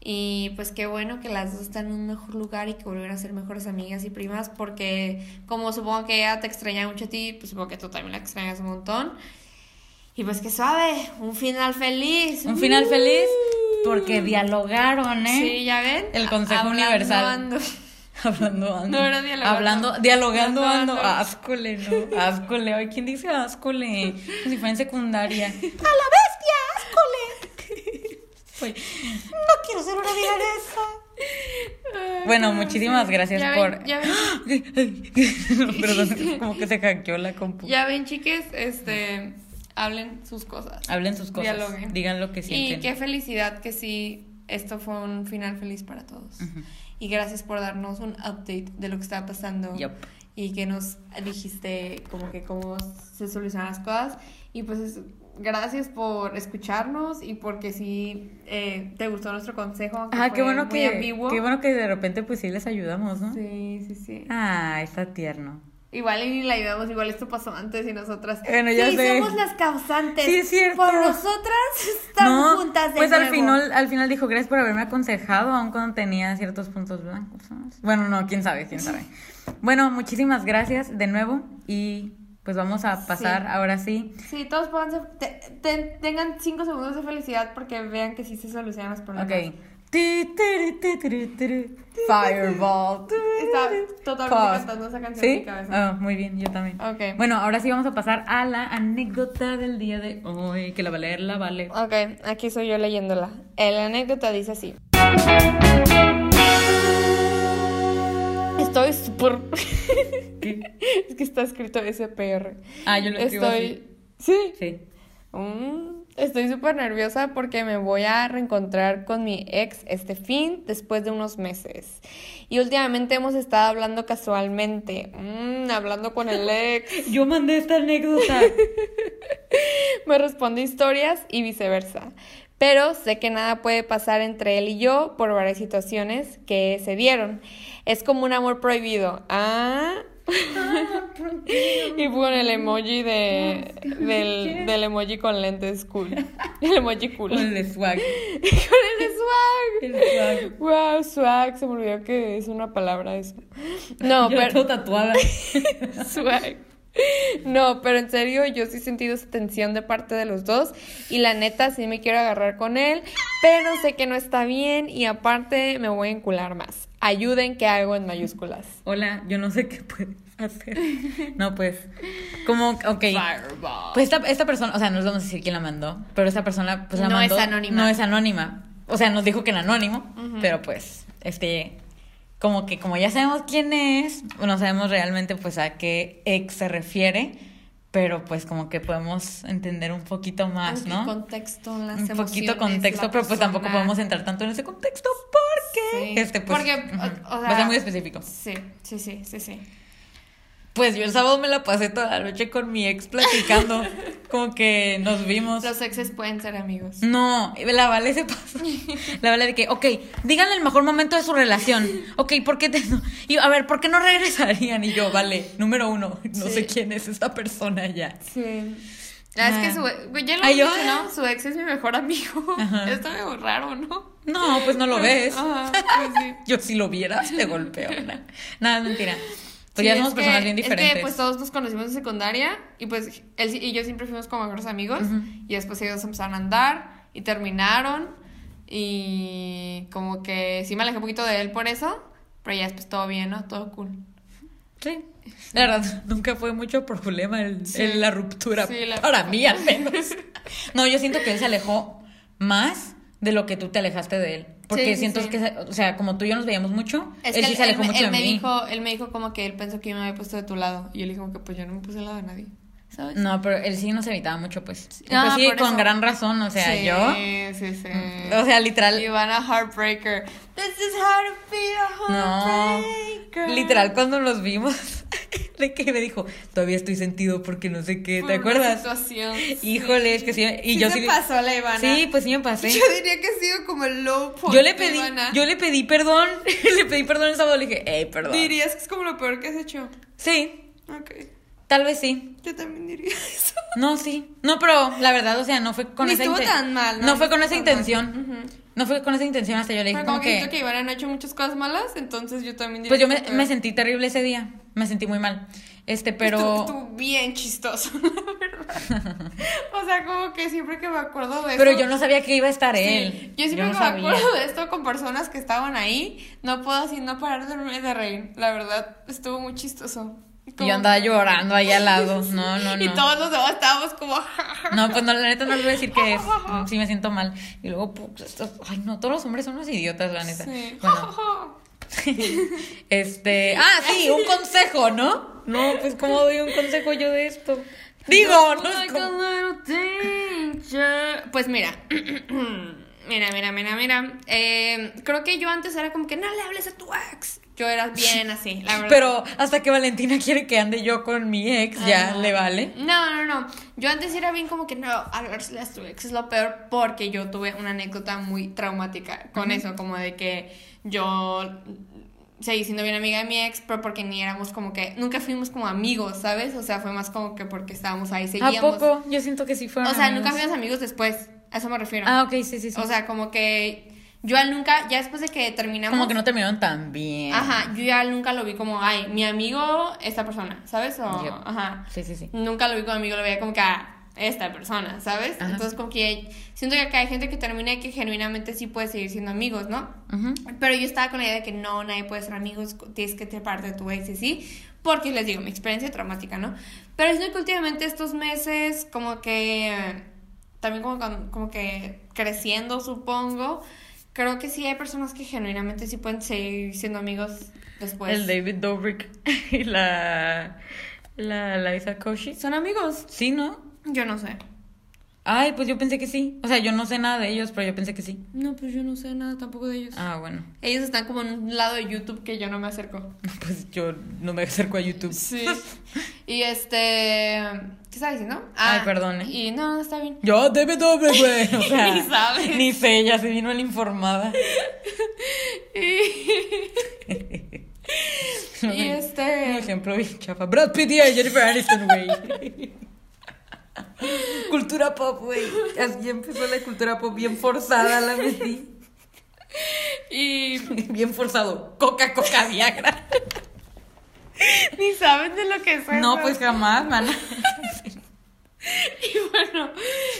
Y pues qué bueno que las dos están en un mejor lugar y que volvieron a ser mejores amigas y primas. Porque, como supongo que ella te extraña mucho a ti, pues supongo que tú también la extrañas un montón. Y pues que suave, un final feliz. ¡Uh!
Un final feliz porque dialogaron, ¿eh?
Mm. Sí, ya ven.
El consejo
Hablando
universal.
ando.
Hablando ando.
No, era dialogando.
Hablando, dialogando
Hablando
ando.
ando.
Ascole, ¿no? Ascole. Ay, ¿quién dice ascole? Como si fuera en secundaria. ¡A la bestia! ¡Ascole! no quiero ser una esa.
Ay,
Bueno,
no
muchísimas
sé.
gracias
Ya ven-
por.
ya ven-
Perdón, como que se hackeó la compu.
Ya ven, chiques, este, hablen sus cosas.
Hablen sus cosas.
Dialoguen.
Digan lo que sienten.
Y qué felicidad que sí, esto fue un final feliz para todos. Y gracias por darnos un update de lo que estaba pasando.
Yup.
Y que nos dijiste como que cómo se solucionan las cosas. Y pues es- gracias por escucharnos y porque sí eh, te gustó nuestro consejo. aunque
Ah, qué
fue
bueno
muy
que.
ambiguo.
Qué bueno que de repente, pues sí les ayudamos, ¿no?
Sí, sí, sí.
Ah, está tierno.
Igual y ni la ayudamos, igual esto pasó antes y nosotras.
Bueno, ya
sí,
sé.
somos las causantes.
Sí, es cierto.
Por nosotras estamos juntas de
pues al
nuevo.
final, al final dijo, gracias por haberme aconsejado, aun cuando tenía ciertos puntos blancos. ¿sabes? Bueno, no, quién sabe, quién sabe. Bueno, muchísimas gracias de nuevo y pues vamos a pasar
Sí.
ahora sí.
Sí, todos pónganse. te- te- tengan cinco segundos de felicidad porque vean que sí se solucionan los problemas.
Ok. Ti, tiri, ti, tiri, tiri. Fireball.
Estaba totalmente
Pause.
cantando esa canción
¿Sí?
en mi cabeza.
Ah, muy bien, yo también.
Ok.
Bueno, ahora sí vamos a pasar a la anécdota del día de hoy, que la va a leer la Vale.
Ok, aquí soy yo leyéndola. La anécdota dice así. Estoy súper... es que está escrito SPR.
Ah, yo lo escribo
Estoy... Sí.
Sí.
Mm, estoy súper nerviosa porque me voy a reencontrar con mi ex este fin después de unos meses. Y últimamente hemos estado hablando casualmente, Mm, hablando con el ex.
Yo mandé esta anécdota.
Me responde historias y viceversa. Pero sé que nada puede pasar entre él y yo por varias situaciones que se dieron. Es como un amor prohibido. Ah. Y con el emoji de, del, del emoji con lentes cool. El emoji cool.
Con el swag.
Con el swag.
El swag.
Wow, swag. Se me olvidó que es una palabra eso. No,
Yo la
pero.
tengo tatuada.
Swag. No, pero en serio, yo sí he sentido esa tensión de parte de los dos. Y la neta, sí me quiero agarrar con él. Pero sé que no está bien. Y aparte, me voy a encular más. Ayuden, que hago en mayúsculas.
Hola, yo no sé qué puedes hacer. No, pues. Como, ok.
Fireball.
Pues esta, esta persona, o sea, no les vamos a decir quién la mandó, pero esta persona, pues la
No
mandó-
es anónima.
No es anónima. O sea, nos dijo que era anónimo, pero pues, este. Como que, como ya sabemos quién es, no sabemos realmente, pues, a qué ex se refiere, pero pues, como que podemos entender un poquito más,
Un
¿no?
contexto, las
un poquito
emociones,
contexto,
la
pero pues tampoco
persona.
podemos entrar tanto en ese contexto porque
Sí.
este pues
Porque,
ujú,
o- o
va a
sea-
ser muy específico.
Sí, sí, sí, sí, sí.
Pues yo el sábado me la pasé toda la noche con mi ex platicando, como que nos vimos.
Los exes pueden ser amigos.
No, la Vale se pasó. La Vale de que, ok, díganle el mejor momento de su relación. Ok, ¿por qué te no? Y a ver, ¿por qué no regresarían? Y yo, vale, número uno, no
Sí.
sé quién es esta persona ya.
Sí. Ah, es que su ex, güey, ya lo
Ay,
hemos
yo-
dicho, ¿no? Su ex es mi mejor amigo.
Ajá.
Está medio raro, ¿no?
No, pues no
Ah,
lo ves.
Ajá, pues sí.
Yo si lo vieras te golpeo. Nada, nada es mentira. Pues
Sí,
ya
es
somos
que-
personas bien diferentes.
Es que pues todos nos conocimos en secundaria y pues él sí- y yo siempre fuimos como mejores amigos
Ujú.
y después ellos empezaron a andar y terminaron y como que sí me alejé un poquito de él por eso, pero ya después todo bien, ¿no? Todo cool.
Sí. La verdad, nunca fue mucho problema el,
Sí.
el- la ruptura.
Sí, la-
Para mí, al menos. No, yo siento que él se alejó más de lo que tú te alejaste de él. Porque
Sí, sí,
siento
sí.
que, se- o sea, como tú y yo nos veíamos mucho,
Es
él
que
sí se alejó
me-
mucho
él
de
me
mí.
dijo, él me dijo como que él pensó que yo me había puesto de tu lado y yo le dije como que pues yo no me puse al lado de nadie. ¿sabes?
No, pero él sí nos evitaba mucho, pues.
Sí.
Pues
Ah,
sí,
por
con
eso.
gran razón, o sea,
sí,
yo.
Sí, sí,
O sea,
Y
literal.
van a Heartbreaker. This is how to be a Oh,
No.
Heartbreaker.
Literal, cuando los vimos, de que me dijo, todavía estoy sentido porque no sé qué,
Por
¿te
una
acuerdas?
Situación.
Híjole, es que sí. Y
Sí
yo
se
sí.
pasó la Ivana.
Sí, pues sí me pasé.
Yo diría que ha sido como el low point.
Yo le
de
pedí,
Ivana.
yo le pedí perdón, le pedí perdón el sábado, le dije, hey, perdón.
Dirías que es como lo peor que has hecho.
Sí,
Ok.
tal vez sí.
Yo también diría eso.
No, sí. No, pero la verdad, o sea, no fue con
Ni
esa
estuvo
inten-
tan mal, ¿no?
No, fue con esa
Tan mal.
intención.
Ujú.
No fue con esa intención hasta yo le dije
Pero
como que,
siento que Ivana no ha hecho muchas cosas malas, entonces yo también diría
pues yo
que
me,
está
me
peor.
sentí terrible ese día, me sentí muy mal. Este,
Estuvo,
pero
estuvo bien chistoso, la verdad. o sea, como que siempre que me acuerdo de
pero
eso.
yo no sabía que iba a estar
Sí,
él.
Yo siempre
no
que me acuerdo de esto con personas que estaban ahí, no puedo así no parar de, de reír. La verdad, estuvo muy chistoso.
Y
Como-
yo andaba llorando ahí al lado. No, no, no.
Y todos los demás estábamos como. "Ja, ja, ja".
No, pues no, la neta no le voy a decir que es. Sí, me siento mal. Y luego, pues, estos- ay, no, todos los hombres son unos idiotas, la neta.
Sí. Ja, ja,
Bueno,
ja.
este. Ah, sí, un consejo, ¿no? No, pues, ¿cómo doy un consejo yo de esto? Digo, no es como-
Pues mira. Mira, mira, mira, mira. Eh, creo que yo antes era como que no le hables a tu ex. Yo era bien así, la verdad.
Pero hasta que Valentina quiere que ande yo con mi ex, ya
Ah.
le vale.
No, no, no. Yo antes era bien como que no, hablarle a tu ex es lo peor porque yo tuve una anécdota muy traumática con eso, como de que yo seguí siendo bien amiga de mi ex, pero porque ni éramos como que, nunca fuimos como amigos, ¿sabes? O sea, fue más como que porque estábamos ahí,
¿A
seguíamos.
poco? Yo siento que sí fueron.
O sea, nunca
amigos.
fuimos amigos después, a eso me refiero.
Ah, ok, sí, sí, sí.
O sea, como que yo al nunca, ya después de que terminamos...
como que no terminaron tan bien.
Ajá, yo ya nunca lo vi como, ay, mi amigo, esta persona, ¿sabes? O,
Yep.
ajá.
Sí, sí, sí.
Nunca lo vi como amigo, lo veía como que a esta persona, ¿sabes?
Ajá.
Entonces, como que siento que acá hay gente que termina y que genuinamente sí puede seguir siendo amigos, ¿no?
Ujú.
Pero yo estaba con la idea de que no, nadie puede ser amigos, tienes que te parte de tu ex y sí, porque les digo, mi experiencia traumática, ¿no? Pero es que últimamente estos meses, como que, eh, también como, con- como que creciendo, supongo, creo que sí hay personas que genuinamente sí pueden seguir siendo amigos después.
Pues El David Dobrik y la. La Liza Koshy.
¿Son amigos?
Sí, ¿no?
Yo no sé.
Ay, pues yo pensé que sí. O sea, yo no sé nada de ellos, pero yo pensé que sí.
No, pues yo no sé nada tampoco de ellos.
Ah, bueno.
Ellos están como en un lado de YouTube que yo no me acerco.
Pues yo no me acerco a YouTube.
Sí. y este. ¿Qué estaba diciendo? Ah,
Ay, eh. perdone.
Y no, no está bien.
Yo, David Dobrik, güey. O sea,
Ni sabes.
Ni sé, ya se vino la informada.
y
Un
este.
ejemplo bien chafa. Brad Pitt y Jennifer Aniston, güey. Cultura pop, güey. Así empezó la cultura pop bien forzada, la metí.
Y.
Bien forzado. Coca, coca, Viagra.
Ni saben de lo que es.
No,
eso.
pues jamás, mana.
Y bueno,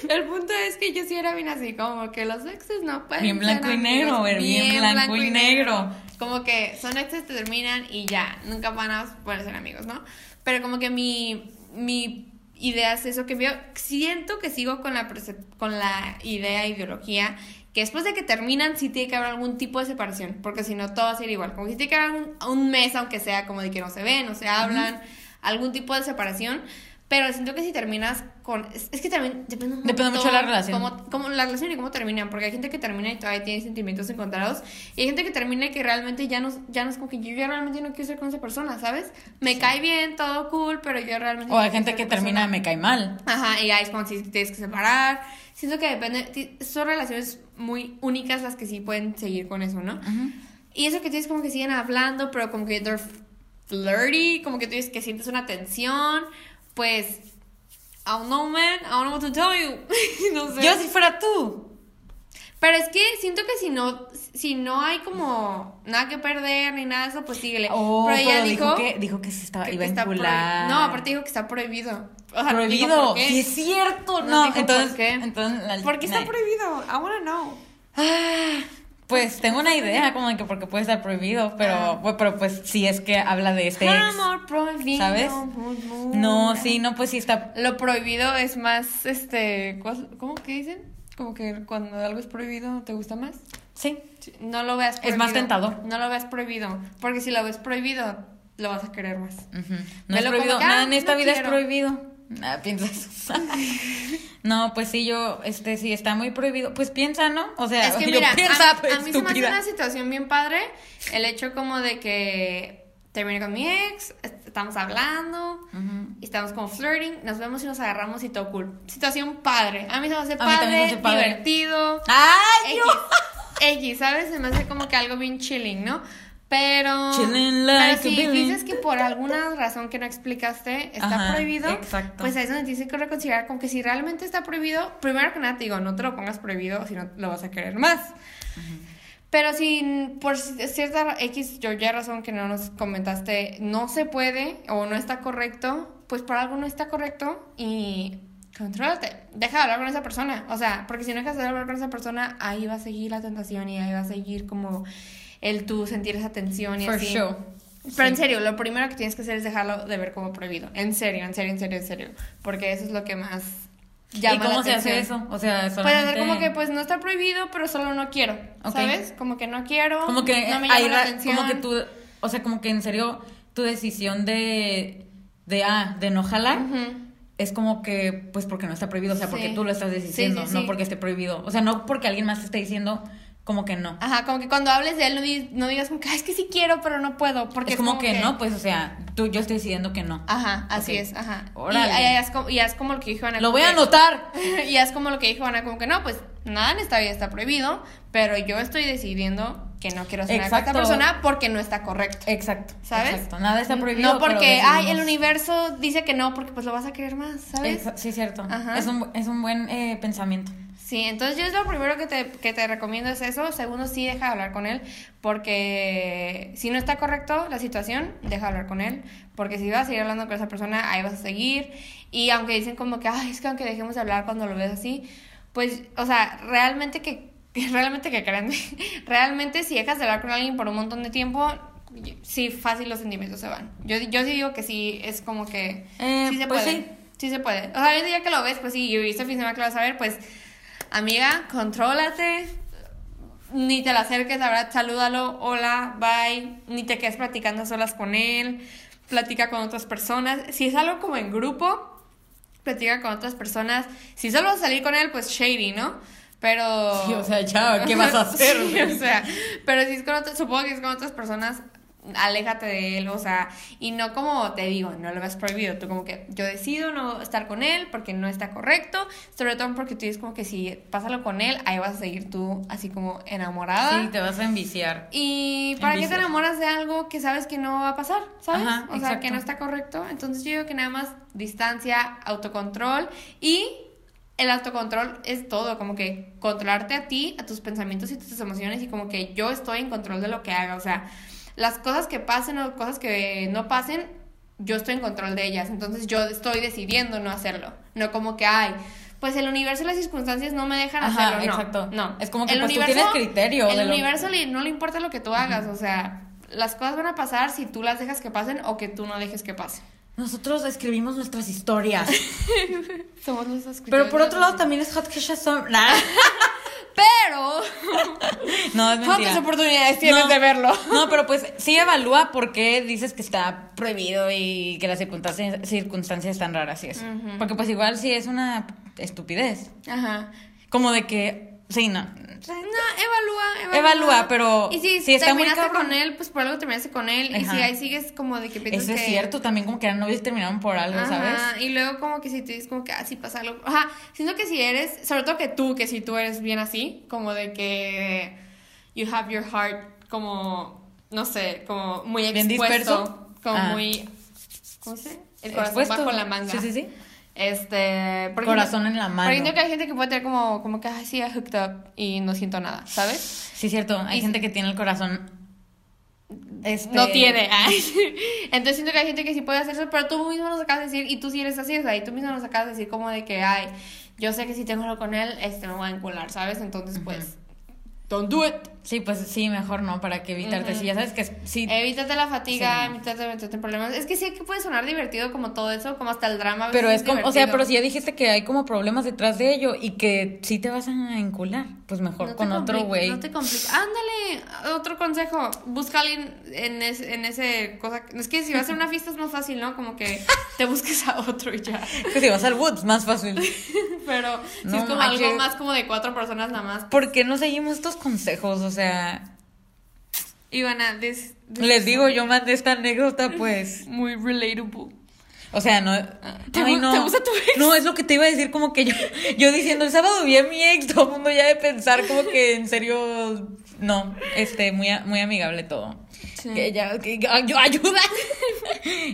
el punto es que yo sí era bien así, como que los exes no pueden.
Bien
ser
blanco y
amigos,
negro, ver, bien blanco y negro.
Como que son exes, te terminan y ya, nunca van a poder ser amigos, ¿no? Pero como que mi, mi idea es eso que veo, siento que sigo con la, percep- con la idea, ideología, que después de que terminan sí tiene que haber algún tipo de separación, porque si no todo va a ser igual. Como que sí tiene que haber un, un mes, aunque sea como de que no se ven, no se hablan, algún tipo de separación. Pero siento que si terminas con... Es es que también depende, un
Depende mucho de la relación.
Cómo, cómo- la relación y cómo terminan. Porque hay gente que termina y todavía tiene sentimientos encontrados. Y hay gente que termina y que realmente ya no, ya no es como que yo ya realmente no quiero ser con esa persona, ¿sabes? Me cae bien, todo cool, pero yo realmente...
O hay
no quiero
gente
ser
que
con esa persona.
termina, me cae mal.
Ajá, y ahí es cuando sí te tienes que separar. Siento que depende, ti- son relaciones muy únicas las que sí pueden seguir con eso, ¿no? Y eso que tienes como que siguen hablando, pero como que they're flirty, como que tú dices que sientes una tensión, pues, I don't know, man, I don't know what to tell you. no sé.
Yo si fuera tú.
Pero es que siento que si no, si no hay como nada que perder ni nada de eso, pues síguele.
Oh,
pero ella dijo,
que, dijo que se estaba,
que-
iba
que
a
está prohi-
encular.
No, aparte dijo que está prohibido. O sea, dijo,
prohibido.
¿por qué?
Sí, es cierto.
No
No,
dijo por
entonces.
qué.
entonces la-
¿Por qué está
na-
prohibido? I wanna know.
Ah, Pues tengo una idea como de que porque puede estar prohibido,
Ah.
pero, bueno, pero pues si es que habla de este ex.
Amor prohibido.
¿Sabes? No, sí, no, pues sí está.
Lo prohibido es más, este, ¿cuál- ¿cómo que dicen? Como que cuando algo es prohibido, ¿te gusta más?
Sí.
Sí, No lo veas prohibido.
Es más tentador.
No lo veas prohibido, porque si lo ves prohibido, lo vas a querer más.
Ujú. No
Velo
es
como
prohibido.
que, ah,
Nada en esta
no
vida
quiero.
es prohibido. Nada, piensas. no, pues sí, yo, este, sí, está muy prohibido. Pues piensa, ¿no? O sea,
Es que
yo
mira,
piensa,
a, a mí se me hace
estúpida.
una situación bien padre el hecho como de que terminé con mi ex, est- estamos hablando,
Ujú.
y estamos como flirting, nos vemos y nos agarramos y todo cool. Situación padre. A mí se me hace
A mí también se me hace
padre,
padre.
divertido.
¡Ay,
X,
yo!
X, ¿sabes? Se me hace como que algo bien chilling, ¿no? Pero,
Chilling like
pero si
a villain.
dices que por alguna razón que no explicaste está
Ajá,
prohibido,
exacto.
pues ahí es donde tienes que reconsiderar con que si realmente está prohibido, primero que nada te digo, no te lo pongas prohibido, si no lo vas a querer más. Pero si por cierta X o Y razón que no nos comentaste no se puede o no está correcto, pues por algo no está correcto y contrólate. Deja de hablar con esa persona. O sea, porque si no dejas de hablar con esa persona, ahí va a seguir la tentación y ahí va a seguir como el tú sentir esa tensión y
For
así.
sure.
Pero en serio, lo primero que tienes que hacer es dejarlo de ver como prohibido. En serio, en serio, en serio, en serio. Porque eso es lo que más llama
¿Y cómo
la
se hace
atención.
eso? O sea,
Puede
solamente...
hacer como que pues no está prohibido, pero solo no quiero,
Ok.
¿sabes? Como que no quiero,
Como que
no me
hay
llama la
ra-
atención.
Como que tú, o sea, como que en serio, tu decisión de, de, ah, de no jalar,
Ujú.
es como que, pues porque no está prohibido, o sea, porque
Sí.
tú lo estás
Sí, sí,
diciendo, no
sí.
porque esté prohibido. O sea, no porque alguien más te esté diciendo como que no.
Ajá, como que cuando hables de él no, di- no digas como que "Ay, es que sí quiero, pero no puedo, porque
es como, que, no, pues, o sea, tú, yo estoy diciendo que no.
Ajá, así
Ok.
es, ajá.
Órale.
Y, y haz como, y haz como lo que dijo Ana.
Lo
como
voy a
que-
anotar.
y es como lo que dijo Ana, como que no, pues nada en esta vida está prohibido, pero yo estoy decidiendo que no quiero hacer nada con esta
Exacto.
persona porque no está correcto.
Exacto.
¿Sabes? Mm,
Exacto. Nada está prohibido.
No
pero
porque, ay, el
decidimos-
universo dice que no, porque pues lo vas a querer más, ¿sabes?
Exa- Sí, cierto.
Ajá.
Es un, es un buen eh, pensamiento.
Sí, entonces yo es lo primero que te, que te recomiendo es eso. Segundo, sí, deja de hablar con él, porque si no está correcto la situación, deja de hablar con él, porque si vas a seguir hablando con esa persona, ahí vas a seguir. Y aunque dicen como que, ay, es que aunque dejemos de hablar cuando lo ves así, pues, o sea, realmente que, realmente que créanme, realmente si dejas de hablar con alguien por un montón de tiempo, sí, fácil los sentimientos se van. Yo, yo sí digo que sí, es como que...
Eh,
sí se
pues
puede.
sí.
Sí se puede. O sea, ahorita ya que lo ves, pues sí, y viste el fin de semana que lo vas a ver, pues, amiga, contrólate. Ni te la acerques, la verdad, salúdalo, hola, bye. Ni te quedes platicando a solas con él. Platica con otras personas. Si es algo como en grupo, platica con otras personas. Si solo vas a salir con él, pues shady, ¿no? Pero.
Sí, o sea, ya, ¿qué vas a hacer,
Sí,
güey?
o sea, pero si es con otras, supongo que es con otras personas, aléjate de él, o sea, y no como te digo, no lo ves prohibido, tú como que yo decido no estar con él porque no está correcto, sobre todo porque tú dices como que si pásalo con él, ahí vas a seguir tú así como enamorada.
Sí, te vas a enviciar.
Y para qué te
Envicias.
enamoras de algo que sabes que no va a pasar, ¿sabes?
Ajá,
o sea, que
exacto.
no está correcto. Entonces yo digo que nada más distancia, autocontrol y el autocontrol es todo, como que controlarte a ti, a tus pensamientos y tus emociones y como que yo estoy en control de lo que haga, o sea, las cosas que pasen o cosas que no pasen, yo estoy en control de ellas, entonces yo estoy decidiendo no hacerlo, no como que ay, pues el universo y las circunstancias no me dejan
Ajá,
hacerlo, no.
exacto.
No.
Es como que, pues, tú tienes criterio
El
de lo-
universo le- no le importa lo que tú hagas, o sea, las cosas van a pasar si tú las dejas que pasen o que tú no dejes que pasen.
Nosotros escribimos nuestras historias.
Somos los escritores
Pero por
de
otro
las-
lado también es hot que ya son-
Pero
No, es
¿cuántas
mentira.
oportunidades tienes
No.
de verlo?
No, pero pues sí evalúa por qué dices que está prohibido y que las circunstancias, circunstancias están raras y eso.
Ujú.
Porque pues igual sí es una estupidez.
Ajá.
Como de que, sí, no.
No, evalúa, evalúa.
Evalúa, pero
Y si,
si está muy
terminaste
cabrón.
con él, pues por algo terminaste con él. Y
Ajá.
si ahí sigues como de que piensas
Eso es
que-
cierto, también como que eran novios y terminaron por algo, ¿sabes?
Ajá, Y luego como que si tú dices como que así pasa algo. Ajá, siento que si eres, sobre todo que tú, que si tú eres bien así, como de que you have your heart como, no sé, como muy
Bien
expuesto.
disperso.
Como
Ah.
muy, ¿cómo se? dice? El corazón
Expuesto.
bajo la manga.
Sí, sí, sí.
Este, por
Corazón en la mano.
Porque siento que hay gente que puede tener como, como que, ay, sí, I hooked up y no siento nada, ¿sabes?
Sí, cierto. Hay
Y-
gente que tiene el corazón. este-
No tiene. ay. Entonces siento que hay gente que sí puede hacer eso, pero tú mismo nos acabas de decir, y tú sí eres así, o sea, y tú mismo nos acabas de decir como de que, ay, yo sé que si tengo algo con él, este me voy a encular, ¿sabes? Entonces, pues, Don't do it.
Sí, pues sí, mejor no, para que evitarte.
Ujú.
Si ya sabes que es- sí.
Evítate la fatiga,
Sí, no.
evítate meterte en problemas. Es que sí que puede sonar divertido como todo eso, como hasta el drama. a veces
pero es como, o sea,
Ah, divertido.
pero si ya dijiste que hay como problemas detrás de ello y que sí te vas a encular, pues mejor
No te
con otro
compliques,
güey.
No te compliques. Ándale, otro consejo. Busca a alguien en, es- en ese cosa. Es que si vas a una fiesta es más fácil, ¿no? Como que te busques a otro y ya.
Que si vas al Woods, más fácil.
Pero si
No
es como algo
manches.
más como de cuatro personas nada más.
¿Por qué no seguimos estos consejos? O sea,
Ivana, this, this
les
is
digo, yo mandé esta anécdota, pues.
Muy relatable.
O sea, no.
¿Te
ay,
gu-
no.
te gusta tu ex?
No, es lo que te iba a decir, como que yo, yo diciendo, el sábado vi a mi ex, todo el mundo ya de pensar, como que en serio, no, este, muy, a- muy amigable todo.
Sí.
Que ya, que, ay, yo- ayuda.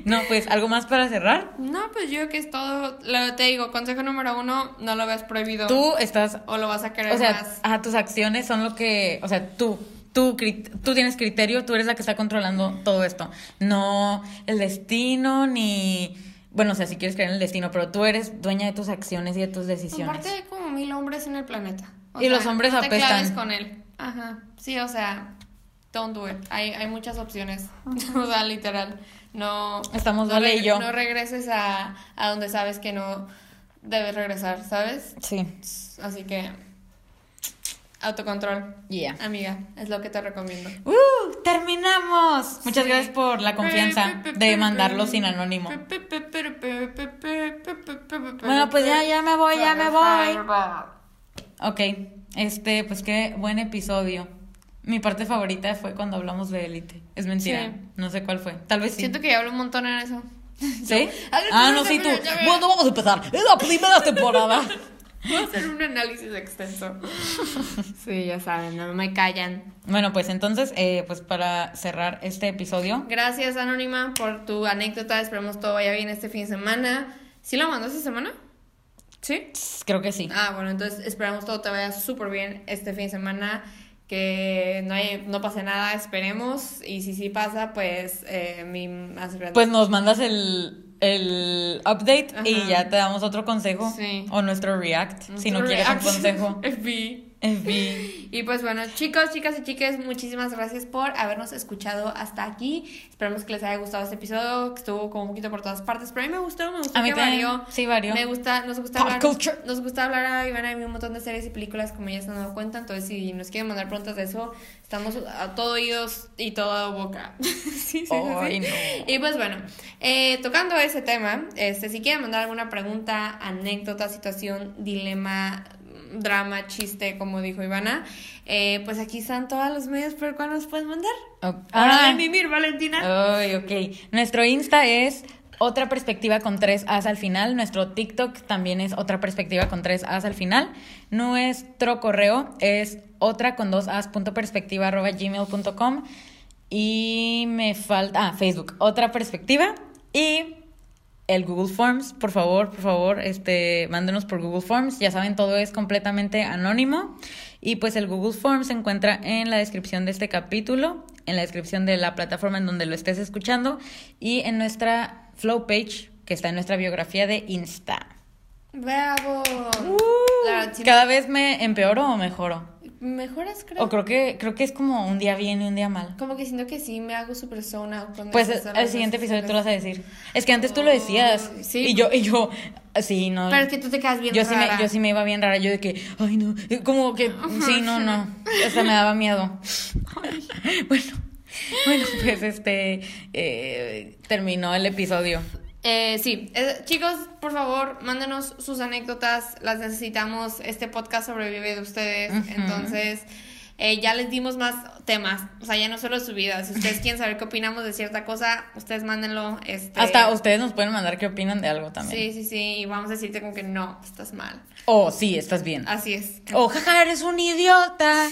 No, pues, ¿algo más para cerrar?
No, pues yo creo que es todo. Lo, te digo, consejo número uno, no lo veas prohibido.
Tú estás,
O lo vas a querer
o sea,
más.
ajá, tus acciones son lo que, o sea, tú, tú, crit- tú tienes criterio, tú eres la que está controlando todo esto. No el destino, ni, bueno, o sea, si quieres creer en el destino, pero tú eres dueña de tus acciones y de tus decisiones.
Aparte hay como mil hombres en el planeta.
Y los hombres
no te
apestan.
claves con él. Ajá. Sí, o sea, don't do it. Hay, hay muchas opciones. o sea, literal. No.
Estamos
no,
Vale y
regre-
yo.
no regreses a, a donde sabes que no debes regresar, ¿sabes?
Sí.
Así que. Autocontrol.
Yeah.
Amiga, es lo que te recomiendo.
¡Uh! ¡Terminamos! Muchas
Sí.
gracias por la confianza de mandarlo sin anónimo.
Bueno,
pues ya, ya me voy, ya me voy. Ok, este, pues qué buen episodio. Mi parte favorita fue cuando hablamos de élite. Es mentira.
Sí.
No sé cuál fue. Tal vez sí.
Siento que ya hablo un montón en eso.
¿Sí?
A ver,
Ah,
tú,
no,
tú,
sí,
tú,
tú.
ya veo.
Bueno, vamos a empezar. Es la primera temporada.
Voy a hacer un análisis extenso. Sí, ya saben, no me callan.
Bueno, pues entonces, eh, pues para cerrar este episodio.
Gracias, Anónima, por tu anécdota. Esperemos todo vaya bien este fin de semana. ¿Sí lo mandó esta semana? Sí.
Creo que sí.
Ah, bueno, entonces esperamos todo te vaya súper bien este fin de semana. Que no, hay, no pase nada, esperemos. Y si sí pasa, pues eh, mi más grande.
Pues nos mandas el, el update y
Ajá.
ya te damos otro consejo.
Sí.
O nuestro react, si no
Nuestro
quieres
react.
un consejo.
FB.
En fin.
Y pues bueno, chicos, chicas y chiques, muchísimas gracias por habernos escuchado hasta aquí. Esperamos que les haya gustado este episodio, que estuvo como un poquito por todas partes, pero a mí me gustó, me gustó
A mí
que
también.
varió.
Sí, varió.
Me gusta, nos gusta
Pop
hablar.
culture.
Nos gusta hablar a Ivana y a mí un montón de series y películas, como ya se han dado cuenta. Entonces, si nos quieren mandar preguntas de eso, estamos a todo oídos y toda boca. sí, sí, sí,
Ay,
sí.
no.
Y pues bueno, eh, tocando ese tema, este, si quieren mandar alguna pregunta, anécdota, situación, dilema, drama, chiste, como dijo Ivana, eh, pues aquí están todos los medios por cuál nos pueden mandar.
Ok.
Ahora
Ah.
de mimir, Valentina.
Ay, ok. Nuestro Insta es otra perspectiva con tres As al final. Nuestro TikTok también es otra perspectiva con tres As al final. Nuestro correo es otra con dos As punto perspectiva arroba gmail.com. Y me falta, ah, Facebook, otra perspectiva. Y el Google Forms, por favor, por favor, este, mándenos por Google Forms. Ya saben, todo es completamente anónimo. Y pues el Google Forms se encuentra en la descripción de este capítulo, en la descripción de la plataforma en donde lo estés escuchando y en nuestra Flow Page, que está en nuestra biografía de Insta.
Bravo. Uh,
Uh.
La verdad, sí,
Cada vez me empeoro o mejoro.
mejoras, creo.
O creo que, creo que es como un día bien y un día mal.
Como que siento que sí me hago super zone out cuando
Pues
empiezo a
el siguiente
hacer
episodio tú lo
cosas.
vas a decir. Es que antes tú lo decías.
Oh, sí.
Sí. Y yo, y yo, sí, no.
Pero es que tú te quedas bien
yo sí, me,
rara.
yo sí me iba bien rara, yo de que, ay no, eh, como que, sí, no, no, o sea, me daba miedo. Bueno, bueno, pues este, eh, terminó el episodio.
Eh, sí, Eh, chicos, por favor, mándenos sus anécdotas, las necesitamos, este podcast sobrevive de ustedes,
Ujú.
entonces eh, ya les dimos más temas, o sea, ya no solo su vida, si ustedes quieren saber qué opinamos de cierta cosa, ustedes mándenlo. Este,
Hasta ustedes nos pueden mandar qué opinan de algo también.
Sí, sí, sí, y vamos a decirte como que no, estás mal.
O sí, estás bien.
Así es.
O jaja, eres un idiota.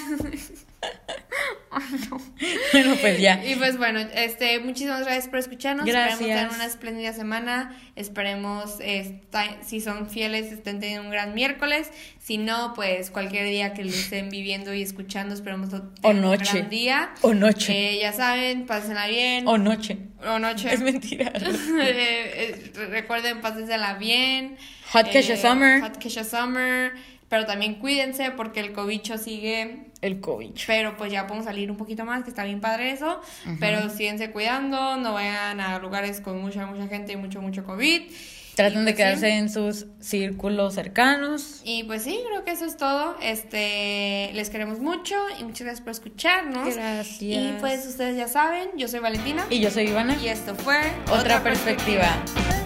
Bueno, pues ya.
Y pues bueno, este, muchísimas gracias por escucharnos. Esperemos
Gracias.
tengan una espléndida semana. Esperemos, esta- si son fieles, estén teniendo un gran miércoles. Si no, pues cualquier día que lo estén viviendo y escuchando, esperemos lo-
O
tengan un
noche.
gran día.
O noche.
Eh, ya saben, pásenla bien.
O noche.
O noche.
Es mentira.
Eh, eh, recuerden, pásensela bien.
Hot Kesha Summer.
Hot Kesha Summer. Pero también cuídense porque el cobicho sigue
El COVID.
pero pues ya podemos salir un poquito más, que está bien padre eso. Pero síguense cuidando, no vayan a lugares con mucha, mucha gente y mucho, mucho COVID.
Traten de
pues, sí.
quedarse en sus círculos cercanos.
Y pues sí, creo que eso es todo. Este, les queremos mucho y muchas gracias por escucharnos.
Gracias.
Y pues ustedes ya saben, yo soy Valentina
Y yo soy Ivana.
y esto fue
Otra perspectiva.
Perspectiva.